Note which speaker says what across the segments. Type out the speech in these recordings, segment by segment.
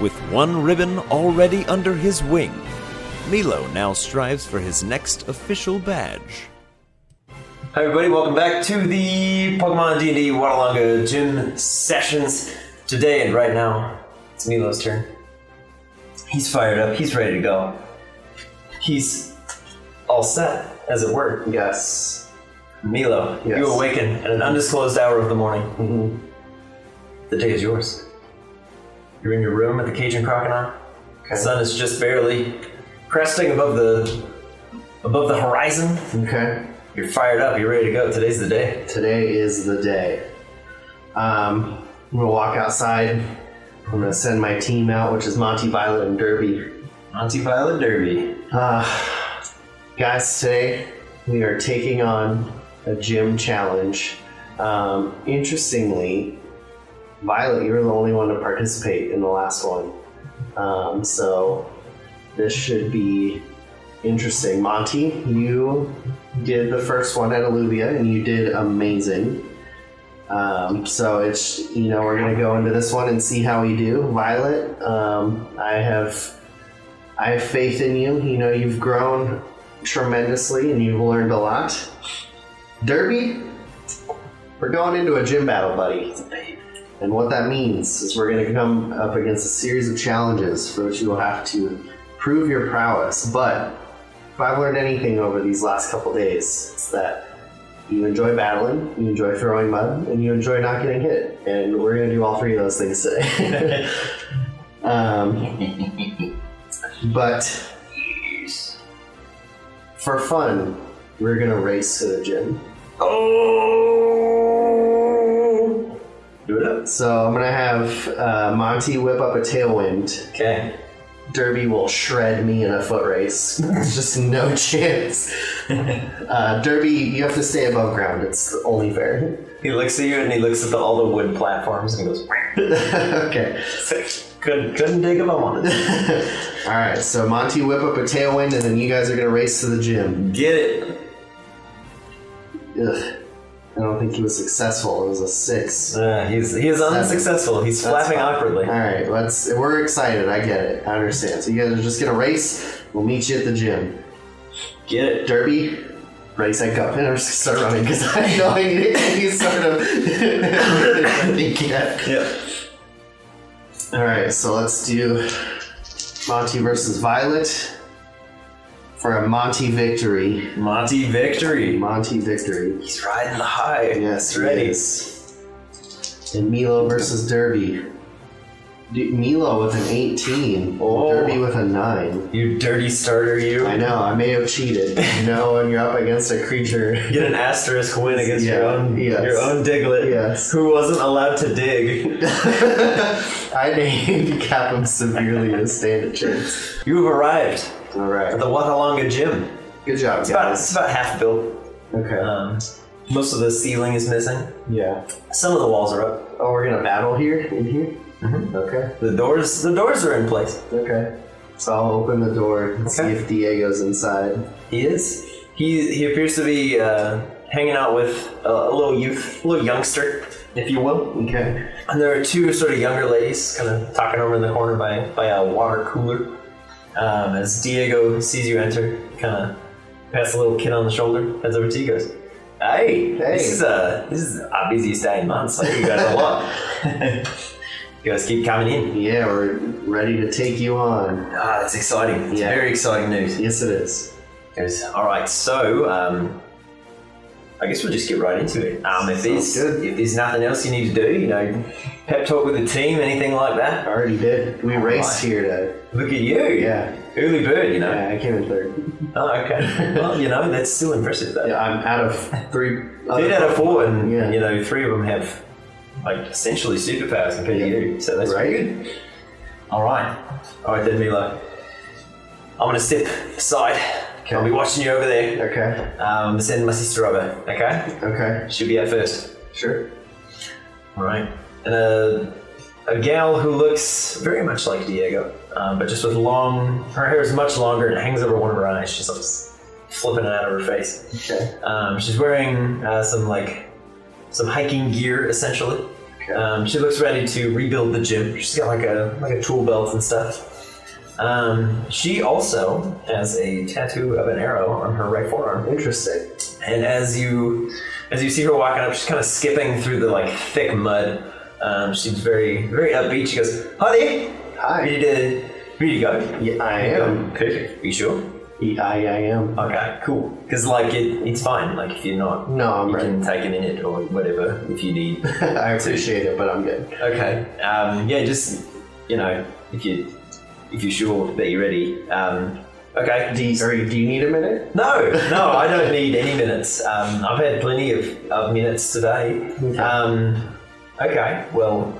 Speaker 1: With one ribbon already under his wing, Milo now strives for his next official badge.
Speaker 2: Hi everybody, welcome back to the Pokemon D&D Waterlanga Gym Sessions. Today and right now, it's Milo's turn. He's fired up, he's ready to go. He's all set, as it were.
Speaker 3: Yes.
Speaker 2: Milo, you
Speaker 3: Yes.
Speaker 2: awaken at an undisclosed hour of the morning.
Speaker 3: Mhm.
Speaker 2: The day is yours. You're in your room at the Cajun Crocodile. The sun is just barely cresting above the above the horizon.
Speaker 3: Okay.
Speaker 2: You're fired up. You're ready to go. Today's the day.
Speaker 3: Today is the day. Um, I'm gonna walk outside. I'm gonna send my team out, which is Monty, Violet, and Derby.
Speaker 2: Monty Violet Derby.
Speaker 3: Uh, guys, today we are taking on a gym challenge. Um, interestingly, Violet, you were the only one to participate in the last one. Um, so this should be interesting. Monty, you did the first one at Alluvia and you did amazing. Um, so it's, you know, we're going to go into this one and see how we do. Violet, um, I have I have faith in you. You know, you've grown tremendously and you've learned a lot. Derby, we're going into a gym battle, buddy. And what that means is we're going to come up against a series of challenges for which you will have to prove your prowess. But if I've learned anything over these last couple days, it's that you enjoy battling, you enjoy throwing mud, and you enjoy not getting hit. And we're going to do all three of those things today. um, but for fun, we're gonna race to the gym.
Speaker 2: Oh! Do it up.
Speaker 3: So I'm gonna have uh, Monty whip up a tailwind.
Speaker 2: Okay.
Speaker 3: Derby will shred me in a foot race. There's just no chance. Uh, Derby, you have to stay above ground. It's only fair.
Speaker 2: He looks at you and he looks at the, all the wood platforms and goes,
Speaker 3: okay.
Speaker 2: couldn't, couldn't dig if I wanted.
Speaker 3: All right. So Monty whip up a tailwind, and then you guys are gonna race to the gym.
Speaker 2: Get it.
Speaker 3: Ugh. I don't think he was successful. It was a six.
Speaker 2: Uh, he's, he is unsuccessful. He's
Speaker 3: That's
Speaker 2: flapping
Speaker 3: fine.
Speaker 2: awkwardly.
Speaker 3: All right, let's. We're excited. I get it. I understand. So you guys are just gonna race. We'll meet you at the gym.
Speaker 2: Get it.
Speaker 3: Derby, race at Cuphead. I'm just gonna start running because I know I need any sort of thinking.
Speaker 2: Yeah.
Speaker 3: All right, so let's do Monty versus Violet for a Monty victory.
Speaker 2: Monty victory.
Speaker 3: Monty victory.
Speaker 2: He's riding the high.
Speaker 3: Yes, he
Speaker 2: ready.
Speaker 3: is. And Milo versus Derby. Dude, Milo with an 18.
Speaker 2: Oh.
Speaker 3: Derby with a 9.
Speaker 2: You dirty starter, you.
Speaker 3: I know, I may have cheated. You know, when you're up against a creature.
Speaker 2: Get an asterisk win against your
Speaker 3: Yeah,
Speaker 2: own
Speaker 3: yes.
Speaker 2: your own Diglett,
Speaker 3: Yes.
Speaker 2: who wasn't allowed to dig.
Speaker 3: I may handicap him severely to stand a chance.
Speaker 2: You've arrived at
Speaker 3: Alright.
Speaker 2: the Watalonga Gym.
Speaker 3: Good job,
Speaker 2: It's about, it's
Speaker 3: guys.
Speaker 2: about half built.
Speaker 3: Okay.
Speaker 2: Um, most of the ceiling is missing.
Speaker 3: Yeah.
Speaker 2: Some of the walls are up.
Speaker 3: Oh, we're gonna battle here? In here?
Speaker 2: Mhm.
Speaker 3: Okay.
Speaker 2: The doors the doors are in place.
Speaker 3: Okay. So I'll open the door and see
Speaker 2: Okay.
Speaker 3: if Diego's inside.
Speaker 2: He is. He he appears to be uh, hanging out with a, a little youth, a little youngster, if you will.
Speaker 3: Okay.
Speaker 2: And there are two sort of younger ladies kind of talking over in the corner by, by a water cooler. Um, as Diego sees you enter, kind of pats the little kid on the shoulder, heads over to you, goes, Hey,
Speaker 3: Hey.
Speaker 2: this is a this is a busy staying month, so you guys a lot. you guys keep coming in.
Speaker 3: Yeah, we're ready to take you on.
Speaker 2: Ah, that's exciting. It's
Speaker 3: Yeah.
Speaker 2: very exciting news. He
Speaker 3: Yes, it is.
Speaker 2: goes, All right, so um, I guess we'll just get right into it. Um, if
Speaker 3: Sounds
Speaker 2: there's
Speaker 3: good.
Speaker 2: if there's nothing else you need to do, you know, pep talk with the team, anything like
Speaker 3: I
Speaker 2: that.
Speaker 3: already did.
Speaker 2: Oh,
Speaker 3: We raced
Speaker 2: right.
Speaker 3: here
Speaker 2: Look at you.
Speaker 3: to. Yeah.
Speaker 2: Early bird, you know.
Speaker 3: Yeah, I came in third.
Speaker 2: Oh, okay. well, you know, that's still impressive, though.
Speaker 3: Yeah, I'm out of three.
Speaker 2: Two
Speaker 3: other-
Speaker 2: out of four, and,
Speaker 3: Yeah.
Speaker 2: you know, three of them have, like, essentially superpowers compared
Speaker 3: Yeah.
Speaker 2: to you, so that's
Speaker 3: Right.
Speaker 2: pretty good. All right. All right, then, Milo. I'm going to step aside.
Speaker 3: Okay.
Speaker 2: I'll be watching you over there.
Speaker 3: Okay.
Speaker 2: Um, send my sister over, okay?
Speaker 3: Okay.
Speaker 2: She'll be out first.
Speaker 3: Sure.
Speaker 2: All right. And a, a gal who looks very much like Diego, um, but just with long, her hair is much longer and it hangs over one of her eyes. She's like flipping it out of her face.
Speaker 3: Okay.
Speaker 2: Um, she's wearing uh, some like some hiking gear essentially, Um, she looks ready to rebuild the gym. She's got like a like a tool belt and stuff. Um, she also has a tattoo of an arrow on her right forearm.
Speaker 3: Interesting.
Speaker 2: And as you as you see her walking up, she's kind of skipping through the like thick mud. Um, she's very very upbeat. She goes, "Honey,
Speaker 3: Hi.
Speaker 2: ready to ready to go?
Speaker 3: Yeah, I am.
Speaker 2: Perfect. You sure?
Speaker 3: E- I, I am.
Speaker 2: Okay, cool. Because like it, it's fine. Like if you're not,
Speaker 3: No, I'm
Speaker 2: you
Speaker 3: right.
Speaker 2: can take a minute or whatever if you need.
Speaker 3: I appreciate it, but I'm good.
Speaker 2: Okay. Um, yeah, just you know, if you if you're sure that you're ready. Um, okay.
Speaker 3: Do you, or do you need a minute?
Speaker 2: No, no, I don't need any minutes. Um, I've had plenty of, of minutes today. Um, okay, well,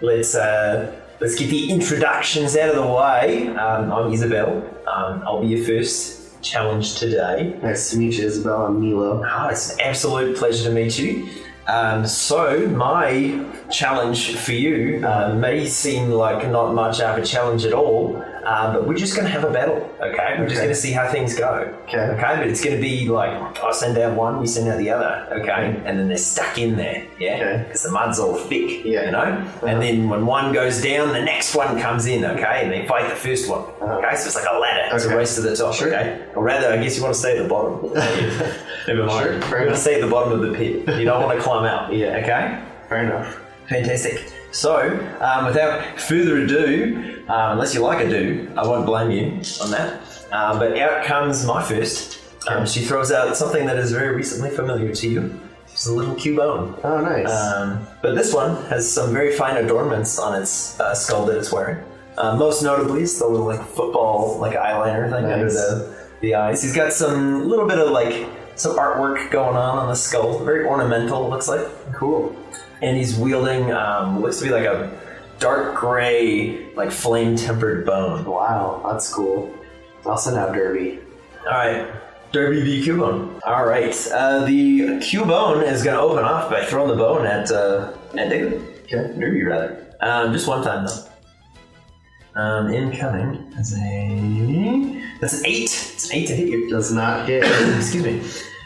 Speaker 2: let's uh, let's get the introductions out of the way. Um, I'm Isabel. Um, I'll be your first challenge today.
Speaker 3: Nice to meet you, Isabel. I'm Milo.
Speaker 2: Ah, it's an absolute pleasure to meet you. Um, so my challenge for you uh, may seem like not much of a challenge at all, uh, but we're just going to have a battle. Okay, we're just
Speaker 3: Okay.
Speaker 2: going to see how things go.
Speaker 3: Okay.
Speaker 2: okay, but it's going to be like I send out one, we send out the other. Okay, and then they're stuck in there. Yeah,
Speaker 3: Okay.
Speaker 2: because the mud's all thick.
Speaker 3: Yeah. Uh-huh.
Speaker 2: you know. And then when one goes down, the next one comes in. Okay, and they fight the first one. Okay, so it's like a ladder. It's a
Speaker 3: Uh-huh. Okay.
Speaker 2: race to the top.
Speaker 3: Sure.
Speaker 2: Okay, or rather, I guess you want to stay at the bottom. Never mind.
Speaker 3: Sure, fair
Speaker 2: You're going to
Speaker 3: enough.
Speaker 2: stay at the bottom of the pit. You don't want to climb out.
Speaker 3: Yeah.
Speaker 2: Okay?
Speaker 3: Fair enough.
Speaker 2: Fantastic. So, um, without further ado, um, unless you like a do, I won't blame you on that. Um, but out comes my first. Um, she throws out something that is very recently familiar to you. It's a little cubone.
Speaker 3: Oh, nice.
Speaker 2: Um, but this one has some very fine adornments on its uh, skull that it's wearing. Uh, most notably is the little like football like eyeliner thing under
Speaker 3: Nice.
Speaker 2: the, the eyes. He's got some little bit of like some artwork going on on the skull. Very ornamental, looks like.
Speaker 3: cool.
Speaker 2: And he's wielding um, looks to be like a dark gray like flame tempered bone.
Speaker 3: Wow, that's cool. I'll send out Derby.
Speaker 2: All right. Derby v Cubone. All right. Uh, the Cubone is going to open off by throwing the bone at uh, at Diggle.
Speaker 3: Okay.
Speaker 2: Derby rather. Um, just one time though. Um, incoming is a that's an eight. It's an eight to hit you.
Speaker 3: Does not hit.
Speaker 2: Excuse me.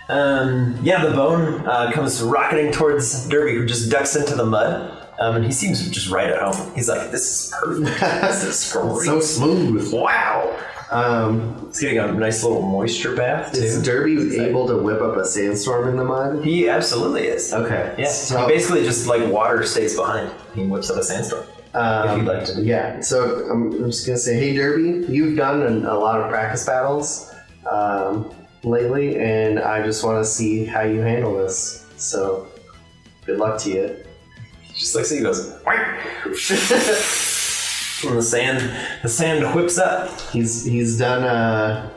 Speaker 2: Um, yeah, the bone uh, comes rocketing towards Derby, who just ducks into the mud. Um, and he seems just right at home. He's like, "This is perfect. this is great.
Speaker 3: so smooth.
Speaker 2: wow."
Speaker 3: Um,
Speaker 2: He's getting a nice little moisture bath too.
Speaker 3: is Derby able to whip up a sandstorm in the mud?
Speaker 2: He absolutely is.
Speaker 3: Okay.
Speaker 2: Yeah.
Speaker 3: So,
Speaker 2: he basically just like water stays behind. He whips up a sandstorm. if
Speaker 3: um,
Speaker 2: you'd like to.
Speaker 3: Yeah, so I'm, I'm just gonna say, hey Derby, you've done an, a lot of practice battles um, lately, and I just want to see how you handle this. So, good luck to you.
Speaker 2: He just looks at you and goes, "Whack." and the sand the sand whips up.
Speaker 3: He's he's done a,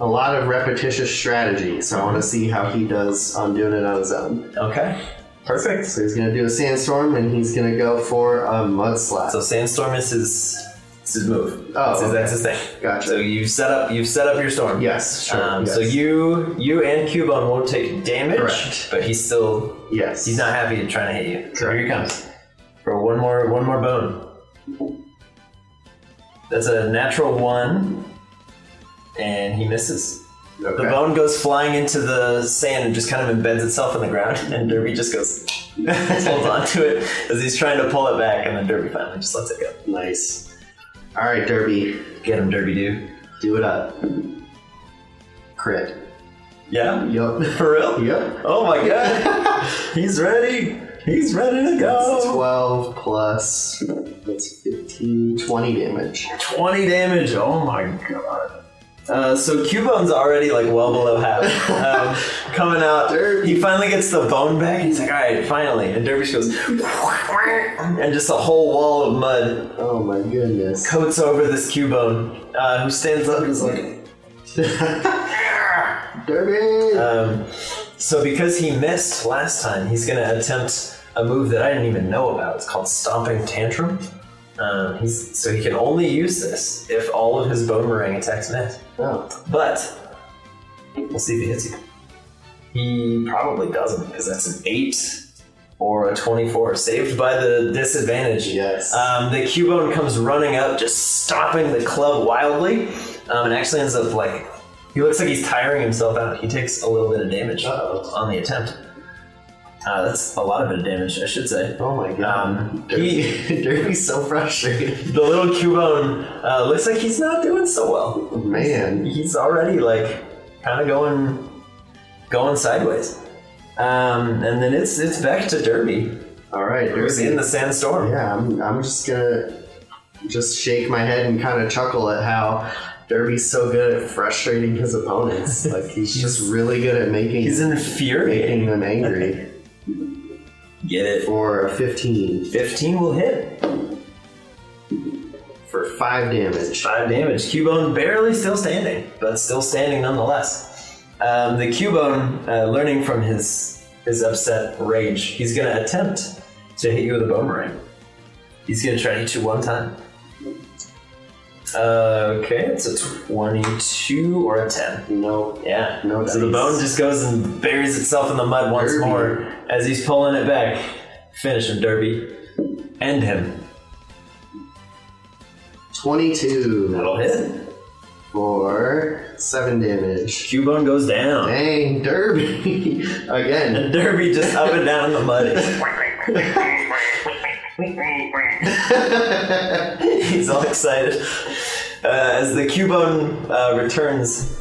Speaker 3: a lot of repetitious strategy, so I want to see how he does on doing it on his own.
Speaker 2: Okay. Perfect.
Speaker 3: So he's gonna do a sandstorm, and he's gonna go for a mudslide.
Speaker 2: So sandstorm is his it's his move.
Speaker 3: Oh,
Speaker 2: That's his-
Speaker 3: okay.
Speaker 2: that's his thing.
Speaker 3: Gotcha.
Speaker 2: So you have set up you've set up your storm.
Speaker 3: yes, sure.
Speaker 2: Um,
Speaker 3: yes.
Speaker 2: So you you and Cubone won't take damage,
Speaker 3: Correct.
Speaker 2: but he's still
Speaker 3: yes,
Speaker 2: he's not happy and trying to hit you. So here he comes for one more one more bone. That's a natural one, and he misses. The
Speaker 3: okay.
Speaker 2: bone goes flying into the sand and just kind of embeds itself in the ground, and Derby just goes holds on to it as he's trying to pull it back, and then Derby finally just lets it go.
Speaker 3: Nice. All right, Derby,
Speaker 2: Get him, Derby do.
Speaker 3: do it up. Crit.
Speaker 2: Yeah,
Speaker 3: Yup.
Speaker 2: for real.
Speaker 3: Yep.
Speaker 2: Oh my god, he's ready. He's ready to
Speaker 3: That's
Speaker 2: go.
Speaker 3: 12 plus, that's 15, 20 damage.
Speaker 2: 20 damage. Oh my god. Uh, so Cubone's already like well below half. Um, coming out,
Speaker 3: Derby.
Speaker 2: he finally gets the bone back. He's like, all right, finally. And Derby goes, and just a whole wall of mud
Speaker 3: Oh my goodness.
Speaker 2: coats over this Cubone, uh, who stands up and is like,
Speaker 3: Derby!
Speaker 2: um, so because he missed last time, he's gonna attempt a move that I didn't even know about. It's called Stomping Tantrum. Um, he's, so he can only use this if all of his bone meringue attacks miss.
Speaker 3: oh,
Speaker 2: But we'll see if he hits you. He probably doesn't because that's an eight or a twenty-four, saved by the disadvantage.
Speaker 3: Yes.
Speaker 2: Um, the Cubone comes running up, just stomping the club wildly, um, and actually ends up like he looks like he's tiring himself out. He takes a little bit of damage
Speaker 3: Uh-oh.
Speaker 2: on the attempt. Uh, that's a lot of bit of damage, I should say.
Speaker 3: Oh my god.
Speaker 2: Um,
Speaker 3: Derpy, Derpy's so frustrated.
Speaker 2: The little Cubone uh, looks like he's not doing so well.
Speaker 3: Man.
Speaker 2: He's already like kind of going, going sideways. Um, and then it's it's back to Derby.
Speaker 3: Alright,
Speaker 2: Who's in
Speaker 3: Derpy.
Speaker 2: the sandstorm?
Speaker 3: Yeah, I'm, I'm just gonna just shake my head and kind of chuckle at how Derby's so good at frustrating his opponents. Like, he's just really good at making,
Speaker 2: He's infuriating.
Speaker 3: making them angry.
Speaker 2: Get it?
Speaker 3: For a 15.
Speaker 2: Fifteen will hit.
Speaker 3: For 5 damage.
Speaker 2: Five damage. Cubone barely still standing, but still standing nonetheless. Um, the Cubone, uh, learning from his his upset rage, he's going to attempt to hit you with a boomerang. He's going to try to hit you one time. Uh, okay, it's a 22 or a 10.
Speaker 3: No.
Speaker 2: Yeah.
Speaker 3: No
Speaker 2: so the
Speaker 3: dice.
Speaker 2: bone just goes and buries itself in the mud once
Speaker 3: Derby.
Speaker 2: more as he's pulling it back. Finish him, Derby. End him.
Speaker 3: 22
Speaker 2: That'll hit.
Speaker 3: for 7 damage.
Speaker 2: Cubone goes down.
Speaker 3: Dang, Derby! Again.
Speaker 2: And Derby just up and down in the mud. He's all excited. Uh, as the Cubone uh, returns,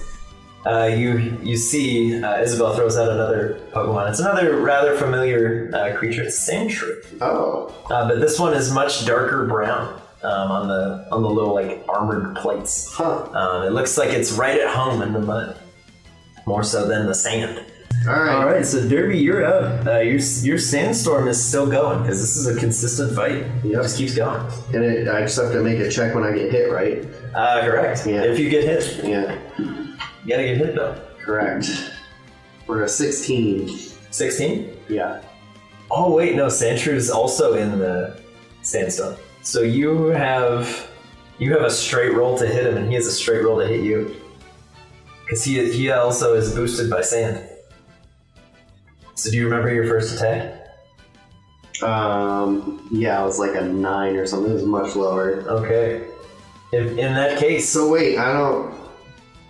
Speaker 2: uh, you you see uh, Isabel throws out another Pokemon. It's another rather familiar uh, creature. It's Sandshrew.
Speaker 3: Oh.
Speaker 2: Uh, but this one is much darker brown um, on the on the little like armored plates.
Speaker 3: Huh.
Speaker 2: Um, it looks like it's right at home in the mud, more so than the sand.
Speaker 3: Alright.
Speaker 2: All right, so Derby, you're up. Uh, your your sandstorm is still going because this is a consistent fight. It
Speaker 3: Yep.
Speaker 2: just keeps going.
Speaker 3: And it, I just have to make a check when I get hit, right?
Speaker 2: Uh, correct.
Speaker 3: Yeah.
Speaker 2: If you get hit,
Speaker 3: Yeah.
Speaker 2: you gotta get hit though.
Speaker 3: Correct. We're a 16.
Speaker 2: Sixteen.
Speaker 3: Yeah.
Speaker 2: Oh wait, no. Sandshrew is also in the sandstorm. So you have you have a straight roll to hit him, and he has a straight roll to hit you because he he also is boosted by sand. So do you remember your first attack?
Speaker 3: Um, yeah, it was like a 9 or something. It was much lower.
Speaker 2: Okay. If, in that case,
Speaker 3: So wait, I don't.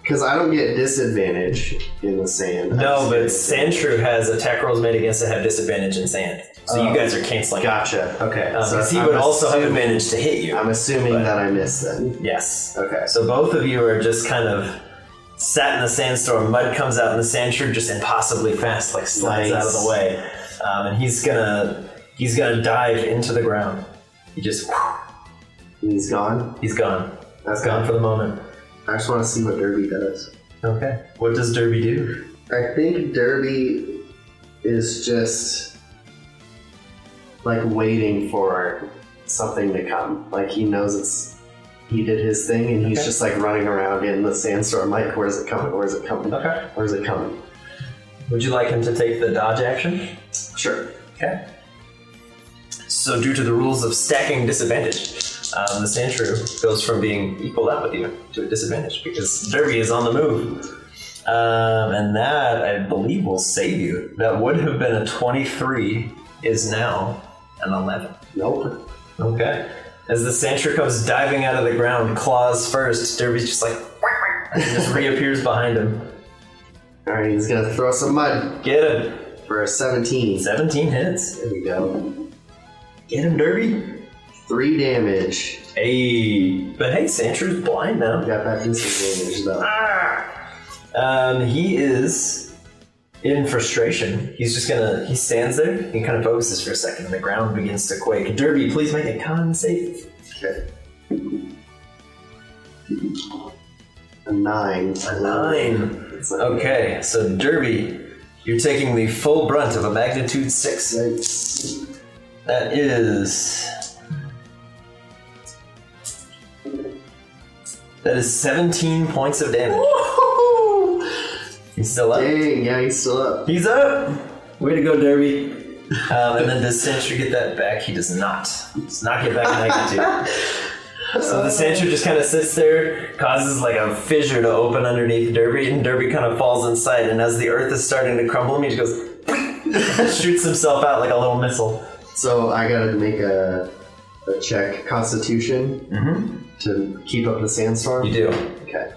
Speaker 3: Because I don't get disadvantage in the sand. I
Speaker 2: No,
Speaker 3: just
Speaker 2: but
Speaker 3: get-
Speaker 2: Sandshrew has attack rolls made against that have disadvantage in sand. So
Speaker 3: Oh.
Speaker 2: you guys are canceling. out.
Speaker 3: Gotcha. Okay.
Speaker 2: Um,
Speaker 3: so
Speaker 2: because he
Speaker 3: I'm
Speaker 2: would also have
Speaker 3: assuming-
Speaker 2: advantage to hit you.
Speaker 3: I'm assuming
Speaker 2: but-
Speaker 3: that I missed then.
Speaker 2: yes.
Speaker 3: Okay.
Speaker 2: So both of you are just kind of sat in the sandstorm. Mud comes out, and the Sandshrew just impossibly fast, like slides
Speaker 3: Nice.
Speaker 2: out of the way. Um, and he's gonna he's gonna dive into the ground. He just
Speaker 3: He's gone.
Speaker 2: he's gone.
Speaker 3: That's
Speaker 2: Gone for the moment.
Speaker 3: I just want to see what Derby does.
Speaker 2: Okay. What does Derby do?
Speaker 3: I think Derby is just like waiting for something to come. Like he knows it's he did his thing and he's
Speaker 2: Okay.
Speaker 3: just like running around in the sandstorm like where's it coming? Where's it coming?
Speaker 2: Okay.
Speaker 3: Where's it coming?
Speaker 2: Would you like him to take the dodge action?
Speaker 3: Sure.
Speaker 2: Okay. So, due to the rules of stacking disadvantage, um, the Sandshrew goes from being equal out with you to a disadvantage because Derby is on the move. Um, and that, I believe, will save you. That would have been a 23, is now an 11.
Speaker 3: Nope.
Speaker 2: Okay. As the Sandshrew comes diving out of the ground, claws first, Derby's just like, and just reappears behind him.
Speaker 3: Alright, he's gonna throw some mud
Speaker 2: Get him.
Speaker 3: for a 17.
Speaker 2: 17 hits.
Speaker 3: There we go.
Speaker 2: Get him, Derby.
Speaker 3: Three damage.
Speaker 2: Hey. But hey, Sandshrew's blind now.
Speaker 3: Got that disadvantage though.
Speaker 2: Um, he is in frustration. He's just gonna. He stands there. He kind of focuses for a second, and the ground begins to quake. Derby, please make a con save.
Speaker 3: Okay. A nine.
Speaker 2: A nine.
Speaker 3: It's like-
Speaker 2: Okay, so Derby, you're taking the full brunt of a magnitude six.
Speaker 3: Yikes.
Speaker 2: That is. That is 17 points of damage. He's still up.
Speaker 3: Dang, yeah, he's still up.
Speaker 2: He's up. Way to go, Derby. Um, and then does Sandshrew get that back? He does not. Does not get back magnitude. so the Sandshrew just kind of sits there, causes like a fissure to open underneath Derby, and Derby kind of falls inside. And as the earth is starting to crumble, he just goes, shoots himself out like a little missile.
Speaker 3: So I gotta make a, a check, Constitution,
Speaker 2: Mhm.
Speaker 3: to keep up the sandstorm.
Speaker 2: You do.
Speaker 3: Okay.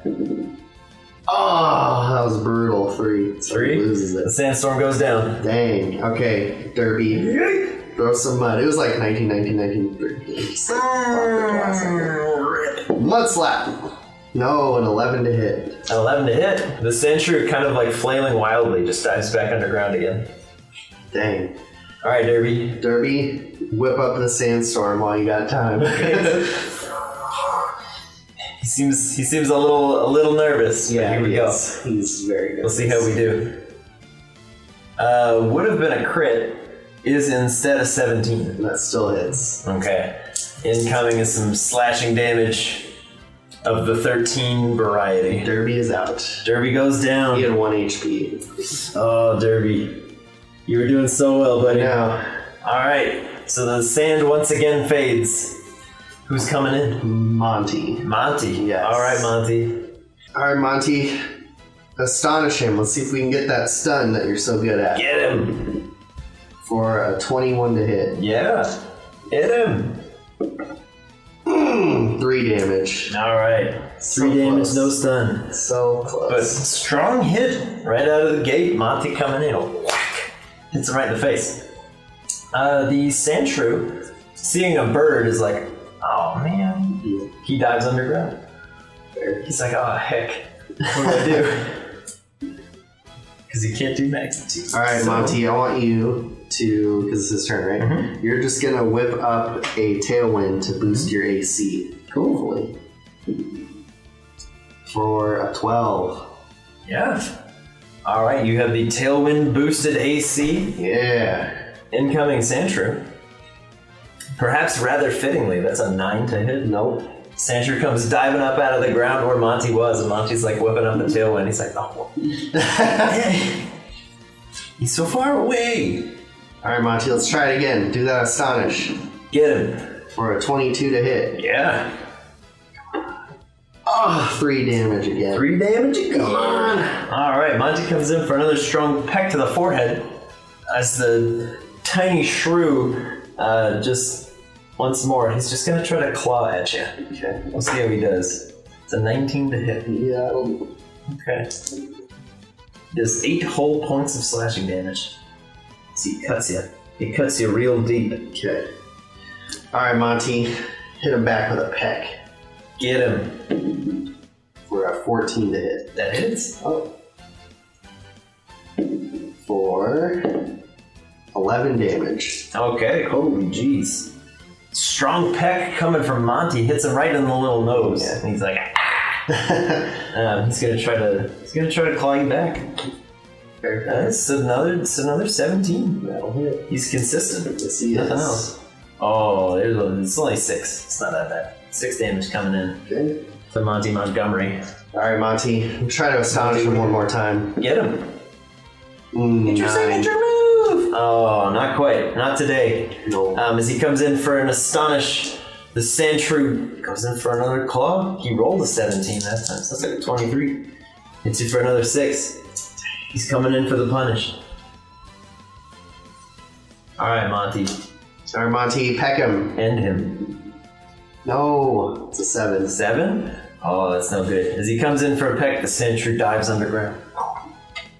Speaker 3: Oh, that was brutal. Three.
Speaker 2: Three?
Speaker 3: Loses
Speaker 2: The
Speaker 3: it.
Speaker 2: sandstorm goes down.
Speaker 3: Dang. Okay, Derby.
Speaker 2: Yeet.
Speaker 3: Throw some mud. It was like 1919, 1913. Mud slap. No, an 11 to hit.
Speaker 2: An 11 to hit. The sentry, kind of like flailing wildly, just dives back underground again.
Speaker 3: Dang.
Speaker 2: All right, Derby.
Speaker 3: Derby, whip up the sandstorm while you got time.
Speaker 2: He seems he seems a little a little nervous. but here we go.
Speaker 3: he's, he's very good.
Speaker 2: We'll see how we do. Uh, would have been a crit. Is instead a 17.
Speaker 3: That still hits.
Speaker 2: Okay. Incoming is some slashing damage of the 13 variety.
Speaker 3: Derby is out.
Speaker 2: Derby goes down.
Speaker 3: He had 1 HP.
Speaker 2: Oh, Derby. You were doing so well, buddy.
Speaker 3: Now,
Speaker 2: Alright, so the sand once again fades. Who's coming in?
Speaker 3: Monty.
Speaker 2: Monty.
Speaker 3: Yes.
Speaker 2: Alright, Monty.
Speaker 3: Alright, Monty. Astonish him. Let's see if we can get that stun that you're so good at.
Speaker 2: Get him!
Speaker 3: For a 21 to hit.
Speaker 2: Yeah. Hit him!
Speaker 3: 3 Hmm, damage.
Speaker 2: Alright.
Speaker 3: So
Speaker 2: Three damage,
Speaker 3: close.
Speaker 2: no stun.
Speaker 3: So
Speaker 2: But
Speaker 3: close.
Speaker 2: strong hit right out of the gate. Monty coming in. Whack! Hits him right in the face. Uh, the Sandshrew, seeing a bird, is like, oh man.
Speaker 3: Yeah.
Speaker 2: He dives underground. He's like, oh heck, what do I do? Because he can't do magnitude.
Speaker 3: Alright,
Speaker 2: So-
Speaker 3: Monty, I want you to, because it's his turn, right?
Speaker 2: Mm-hmm.
Speaker 3: You're just going to whip up a tailwind to boost your AC. Hopefully. For a 12.
Speaker 2: Yeah. All right, you have the tailwind boosted AC
Speaker 3: Yeah.
Speaker 2: incoming Sandshrew. Perhaps rather fittingly, that's a nine to hit.
Speaker 3: Nope.
Speaker 2: Sandshrew comes diving up out of the ground where Monty was, and Monty's like whipping up the tailwind. He's like, oh, man. he's so far away.
Speaker 3: Alright, Monty, let's try it again. Do that astonish.
Speaker 2: Get him.
Speaker 3: For a 22 to hit.
Speaker 2: Yeah.
Speaker 3: Oh, three damage again.
Speaker 2: Ah. Three damage you Come on. All right, Monty comes in for another strong peck to the forehead as the tiny shrew uh, just once more. He's just gonna try to claw at you.
Speaker 3: Okay.
Speaker 2: We'll see how he does. It's a 19 to hit.
Speaker 3: Yeah, that'll-
Speaker 2: Okay. Does eight whole points of slashing damage. See, it cuts you. It cuts you real deep.
Speaker 3: okay. Alright, Monty, hit him back with a peck.
Speaker 2: Get him.
Speaker 3: For a 14 to hit.
Speaker 2: That hits.
Speaker 3: Oh. For 11 damage.
Speaker 2: Okay. Holy jeez. Strong peck coming from Monty hits him right in the little nose, and he's like, "Ah." Um, he's gonna try to. He's gonna try to claw you back.
Speaker 3: Fair
Speaker 2: That's another. It's another seventeen.
Speaker 3: That'll hit.
Speaker 2: He's consistent.
Speaker 3: Yes, he
Speaker 2: Nothing
Speaker 3: is.
Speaker 2: else. Oh, there's a- it's only six. It's not that bad. Six damage coming in
Speaker 3: Okay.
Speaker 2: to Monty Montgomery.
Speaker 3: Alright, Monty, try to astonish him one more time.
Speaker 2: Get him.
Speaker 3: Mm, nine.
Speaker 2: move. Oh, not quite. Not today.
Speaker 3: No.
Speaker 2: Um, as he comes in for an astonish, the Sandshrew goes in for another claw. He rolled a 17 that time, so that's like a 23. Hits you for another 6. He's coming in for the punish. Alright, Monty.
Speaker 3: Alright, Monty, peck him.
Speaker 2: End him.
Speaker 3: No, it's a seven.
Speaker 2: 7? Oh, that's no good. As he comes in for a peck, the Sandshrew dives underground.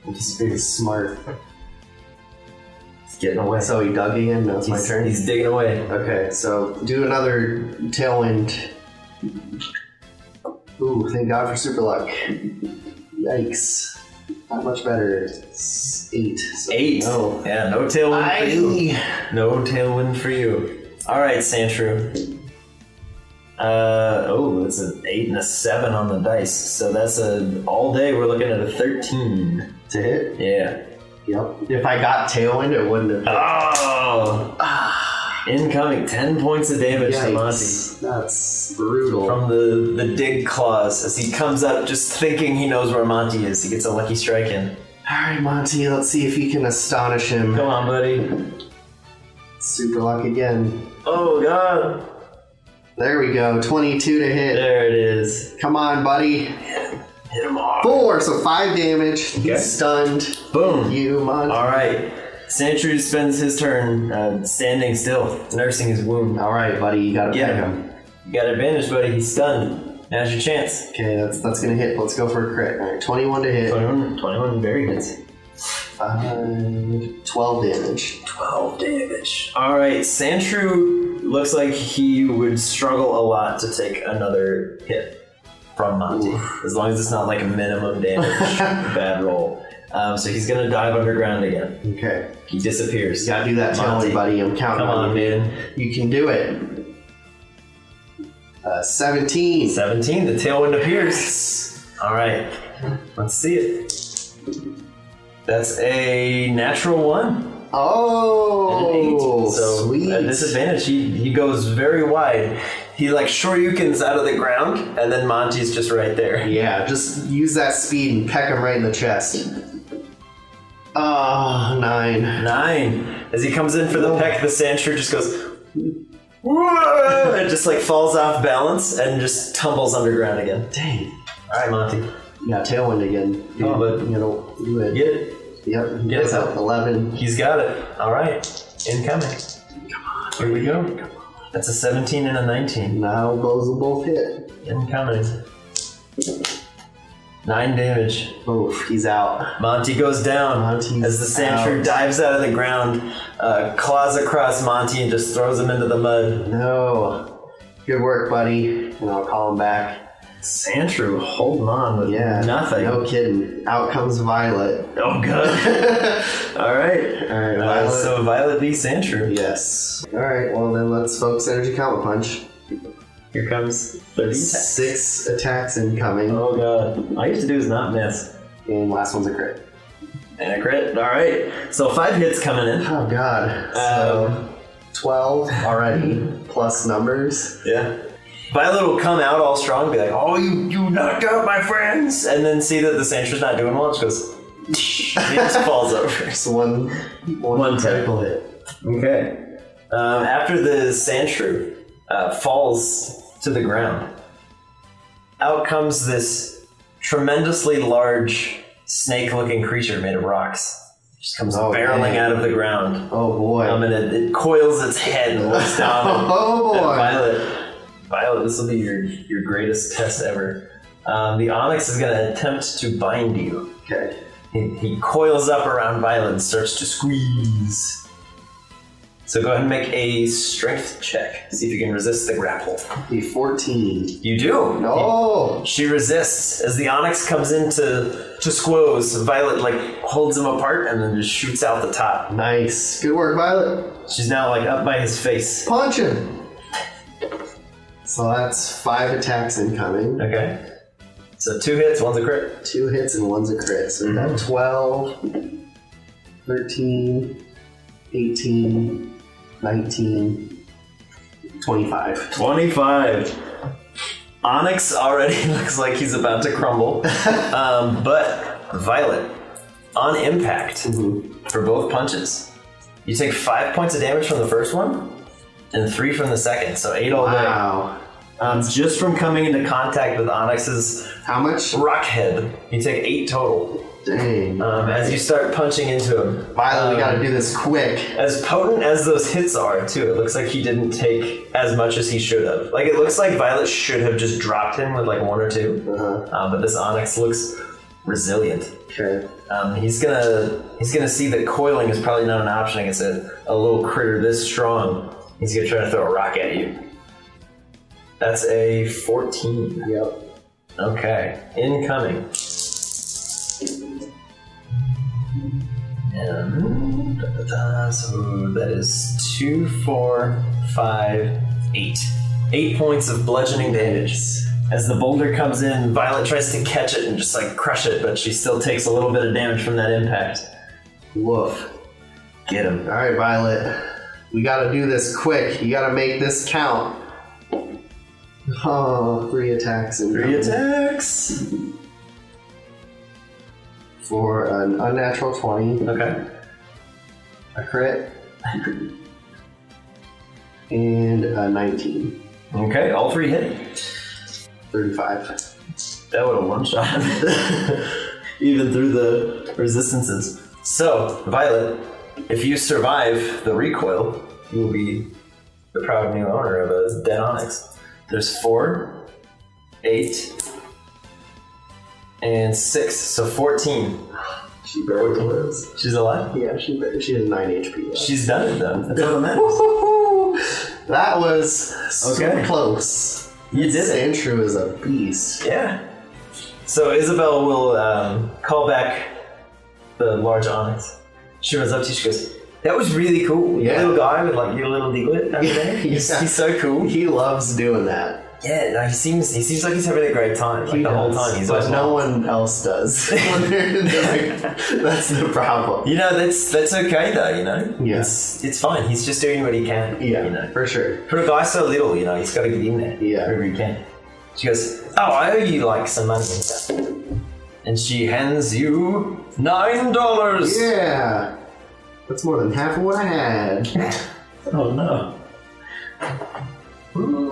Speaker 3: He's very smart.
Speaker 2: He's getting away.
Speaker 3: So he dug again. Now it's my
Speaker 2: He's-
Speaker 3: turn.
Speaker 2: He's digging away.
Speaker 3: Okay, so do another tailwind. Ooh, thank God for super luck. Yikes. Not much better. It's eight. So
Speaker 2: 8.
Speaker 3: No.
Speaker 2: Yeah, no tailwind for you.
Speaker 3: I,
Speaker 2: No tailwind for you. All right, Sandshrew. Uh oh, it's an eight and a seven on the dice, so that's a all day. We're looking at a thirteen.
Speaker 3: to hit?
Speaker 2: Yeah.
Speaker 3: Yep. If I got tailwind, it wouldn't have hit.
Speaker 2: Oh. Incoming ten points of damage to Monty
Speaker 3: Yikes. That's brutal.
Speaker 2: from the the dig claws as he comes up, just thinking he knows where Monty is. He gets a lucky strike in.
Speaker 3: Alright, Monty, let's see if you can astonish him.
Speaker 2: Come on, buddy.
Speaker 3: Super luck again.
Speaker 2: Oh God.
Speaker 3: There we go. 22 to hit.
Speaker 2: There it is.
Speaker 3: Come on, buddy.
Speaker 2: Hit him off.
Speaker 3: Four, so five damage.
Speaker 2: Okay.
Speaker 3: He's stunned.
Speaker 2: Boom.
Speaker 3: You, Monty.
Speaker 2: All right. Sandshrew spends his turn uh, standing still, nursing his wound.
Speaker 3: All right, buddy, you gotta
Speaker 2: Yeah.
Speaker 3: pet him.
Speaker 2: You got advantage, buddy. He's stunned. Now's your chance.
Speaker 3: Okay, that's that's gonna hit. Let's go for a crit. All right, 21 to hit.
Speaker 2: 21, 21 very hits.
Speaker 3: Five, 12 damage.
Speaker 2: 12 damage. Alright, Sandshrew looks like he would struggle a lot to take another hit from Monty. As long as it's not like a minimum damage bad roll. Um, so he's gonna dive underground again.
Speaker 3: Okay,
Speaker 2: He disappears.
Speaker 3: you gotta do that, Molly,
Speaker 2: Monty.
Speaker 3: buddy. I'm counting
Speaker 2: Come on,
Speaker 3: on you.
Speaker 2: man.
Speaker 3: You can do it. Uh, 17.
Speaker 2: 17, the tailwind appears. Alright, let's see it. That's a natural one. Eight.
Speaker 3: Oh,
Speaker 2: so uh,
Speaker 3: sweet.
Speaker 2: at disadvantage, he, he goes very wide. He like shoryukens out of the ground, and then Monty's just right there.
Speaker 3: Yeah, just use that speed and peck him right in the chest. Ah, nine.
Speaker 2: Nine. As he comes in for the peck, the sandshrew just goes, "Whoa!" and just like falls off balance and just tumbles underground again.
Speaker 3: Dang.
Speaker 2: All right, Monty,
Speaker 3: Yeah, tailwind again.
Speaker 2: Come on, bud.
Speaker 3: You know, do it.
Speaker 2: get it.
Speaker 3: Yep.
Speaker 2: Get
Speaker 3: It's
Speaker 2: it.
Speaker 3: up. Eleven.
Speaker 2: He's got it. All right, incoming. Here we go. That's a 17 and a 19.
Speaker 3: Now those will both hit.
Speaker 2: Incoming. Nine damage.
Speaker 3: Oof, he's out.
Speaker 2: Monty goes down
Speaker 3: Monty's
Speaker 2: as the Sandshrew
Speaker 3: out.
Speaker 2: dives out of the ground, uh, claws across Monty, and just throws him into the mud.
Speaker 3: No. Good work, buddy. And I'll call him back.
Speaker 2: Sandshrew holding on with
Speaker 3: Yeah.
Speaker 2: nothing.
Speaker 3: No kidding. Out comes Violet.
Speaker 2: Oh, God. All right.
Speaker 3: All right,
Speaker 2: Uh,
Speaker 3: Violet.
Speaker 2: so Violet v. Sandshrew.
Speaker 3: yes. All right. Well, then let's focus energy counter punch.
Speaker 2: Here comes 30 attacks.
Speaker 3: Six attacks incoming,
Speaker 2: Oh, God. All you have to do is not miss.
Speaker 3: and last one's a crit.
Speaker 2: And a crit. All right. So five hits coming in.
Speaker 3: Oh
Speaker 2: Um,
Speaker 3: god. So 12 already plus numbers.
Speaker 2: Yeah. Violet will come out all strong, be like, "Oh, you you knocked out my friends," and then see that the Sandra's not doing well. She goes, and just falls over.
Speaker 3: So one one,
Speaker 2: One
Speaker 3: critical hit.
Speaker 2: Okay. Um, after the Sandshrew uh, falls to the ground, out comes this tremendously large snake looking creature made of rocks. Just comes
Speaker 3: Oh,
Speaker 2: barreling
Speaker 3: man.
Speaker 2: out of the ground.
Speaker 3: Oh boy.
Speaker 2: Um, and it, it coils its head and looks down. at-
Speaker 3: Oh,
Speaker 2: at
Speaker 3: boy.
Speaker 2: Violet, Violet, this will be your, your greatest test ever. Um, the Onyx is going to attempt to bind you.
Speaker 3: okay.
Speaker 2: He, he coils up around Violet and starts to squeeze. So go ahead and make a strength check. See if you can resist the grapple.
Speaker 3: Be 14.
Speaker 2: You do.
Speaker 3: No.
Speaker 2: She resists as the onyx comes in to, to squoze. Violet like holds him apart and then just shoots out the top.
Speaker 3: Nice. Good work, Violet.
Speaker 2: She's now like up by his face.
Speaker 3: Punch him. So that's five attacks incoming.
Speaker 2: Okay. So two hits, one's a crit.
Speaker 3: Two hits and one's a crit. So we got 12, 13, 18, 19, 25.
Speaker 2: Twenty-five. Onyx already looks like he's about to crumble, um, but Violet, on impact,
Speaker 3: Mhm.
Speaker 2: for both punches. You take five points of damage from the first one, and three from the second, so eight all day.
Speaker 3: Wow.
Speaker 2: Um, just from coming into contact with Onyx's
Speaker 3: How much?
Speaker 2: rock head, you take eight total
Speaker 3: Dang.
Speaker 2: um, as you start punching into him.
Speaker 3: Violet,
Speaker 2: Um,
Speaker 3: we gotta do this quick.
Speaker 2: As potent as those hits are, too, it looks like he didn't take as much as he should have. Like it looks like Violet should have just dropped him with like one or 2
Speaker 3: Uh-huh.
Speaker 2: um, but this Onyx looks resilient.
Speaker 3: Okay.
Speaker 2: Um, he's gonna he's gonna see that coiling is probably not an option against a, a little critter this strong. He's gonna try to throw a rock at you. That's a 14.
Speaker 3: Yep.
Speaker 2: Okay, incoming. And da, da, da, so that is two, four, five, eight. Eight points of bludgeoning damage. As the boulder comes in, Violet tries to catch it and just like crush it, but she still takes a little bit of damage from that impact.
Speaker 3: Woof.
Speaker 2: Get him.
Speaker 3: All right, Violet. We gotta do this quick. You gotta make this count. Oh, three attacks and
Speaker 2: Three attacks.
Speaker 3: for an unnatural twenty,
Speaker 2: Okay.
Speaker 3: a crit, and a 19.
Speaker 2: Okay, all three hit.
Speaker 3: 35.
Speaker 2: That would have one shot. Even through the resistances. So, Violet, if you survive the recoil, you will be the proud new owner of a dead onyx. There's four eight, and six, so 14.
Speaker 3: She barely lives.
Speaker 2: She's alive.
Speaker 3: Yeah, she barely, she has nine HP. Left.
Speaker 2: She's done it then. That's all that matters.
Speaker 3: Woo-hoo-hoo! That was so
Speaker 2: Okay.
Speaker 3: close.
Speaker 2: You did it.
Speaker 3: Sandshrew is a beast.
Speaker 2: Yeah. So Isabel will um, call back the large onyx. She runs up to you. She goes, "That was really cool. Your
Speaker 3: Yeah.
Speaker 2: little guy with like your little diglet over there. He's,
Speaker 3: Yeah.
Speaker 2: he's so cool.
Speaker 3: He loves doing that.
Speaker 2: Yeah. No, he seems he seems like he's having a great time. Like
Speaker 3: He
Speaker 2: the whole
Speaker 3: does,
Speaker 2: time. He's
Speaker 3: but
Speaker 2: like,
Speaker 3: no one else does. That's the problem.
Speaker 2: "Oh, You know that's that's okay though. You know.
Speaker 3: Yeah.
Speaker 2: It's it's fine. He's just doing what he can.
Speaker 3: Yeah,
Speaker 2: You know.
Speaker 3: for sure.
Speaker 2: For a guy so little, you know, he's got to get in there.
Speaker 3: Yeah.
Speaker 2: Wherever he can. She goes, Oh, I owe you like some money and stuff. And she hands you nine dollars.
Speaker 3: Yeah, that's more than half of what I had.
Speaker 2: Oh no.
Speaker 3: I'm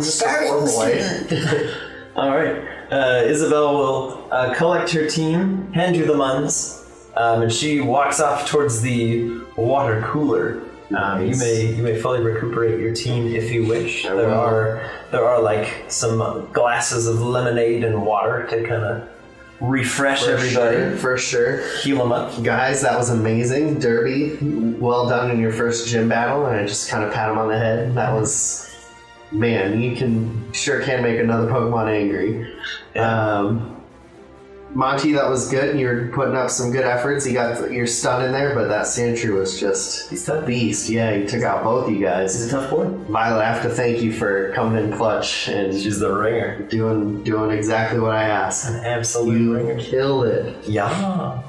Speaker 3: just a poor boy.
Speaker 2: Alright. Uh, Isabel will uh, collect her team, hand you the muns, um, and she walks off towards the water cooler. Um, you
Speaker 3: Nice.
Speaker 2: may you may fully recuperate your team if you wish.
Speaker 3: I
Speaker 2: there
Speaker 3: will.
Speaker 2: are there are like some glasses of lemonade and water to kind of refresh
Speaker 3: For
Speaker 2: everybody.
Speaker 3: sure, for sure.
Speaker 2: heal them up.
Speaker 3: Guys, that was amazing. Derby, well done in your first gym battle, and I just kind of pat him on the head. That was, man, you can sure can make another Pokemon angry. Um, Monty, that was good. You were putting up some good efforts. You got your stun in there, but that Sandshrew was just
Speaker 2: He's tough.
Speaker 3: beast. Yeah, he took out both you guys.
Speaker 2: He's a tough boy.
Speaker 3: Violet, I have to thank you for coming in clutch and
Speaker 2: She's the ringer.
Speaker 3: doing doing exactly what I asked.
Speaker 2: An absolute
Speaker 3: You
Speaker 2: ringer.
Speaker 3: killed it.
Speaker 2: Yeah.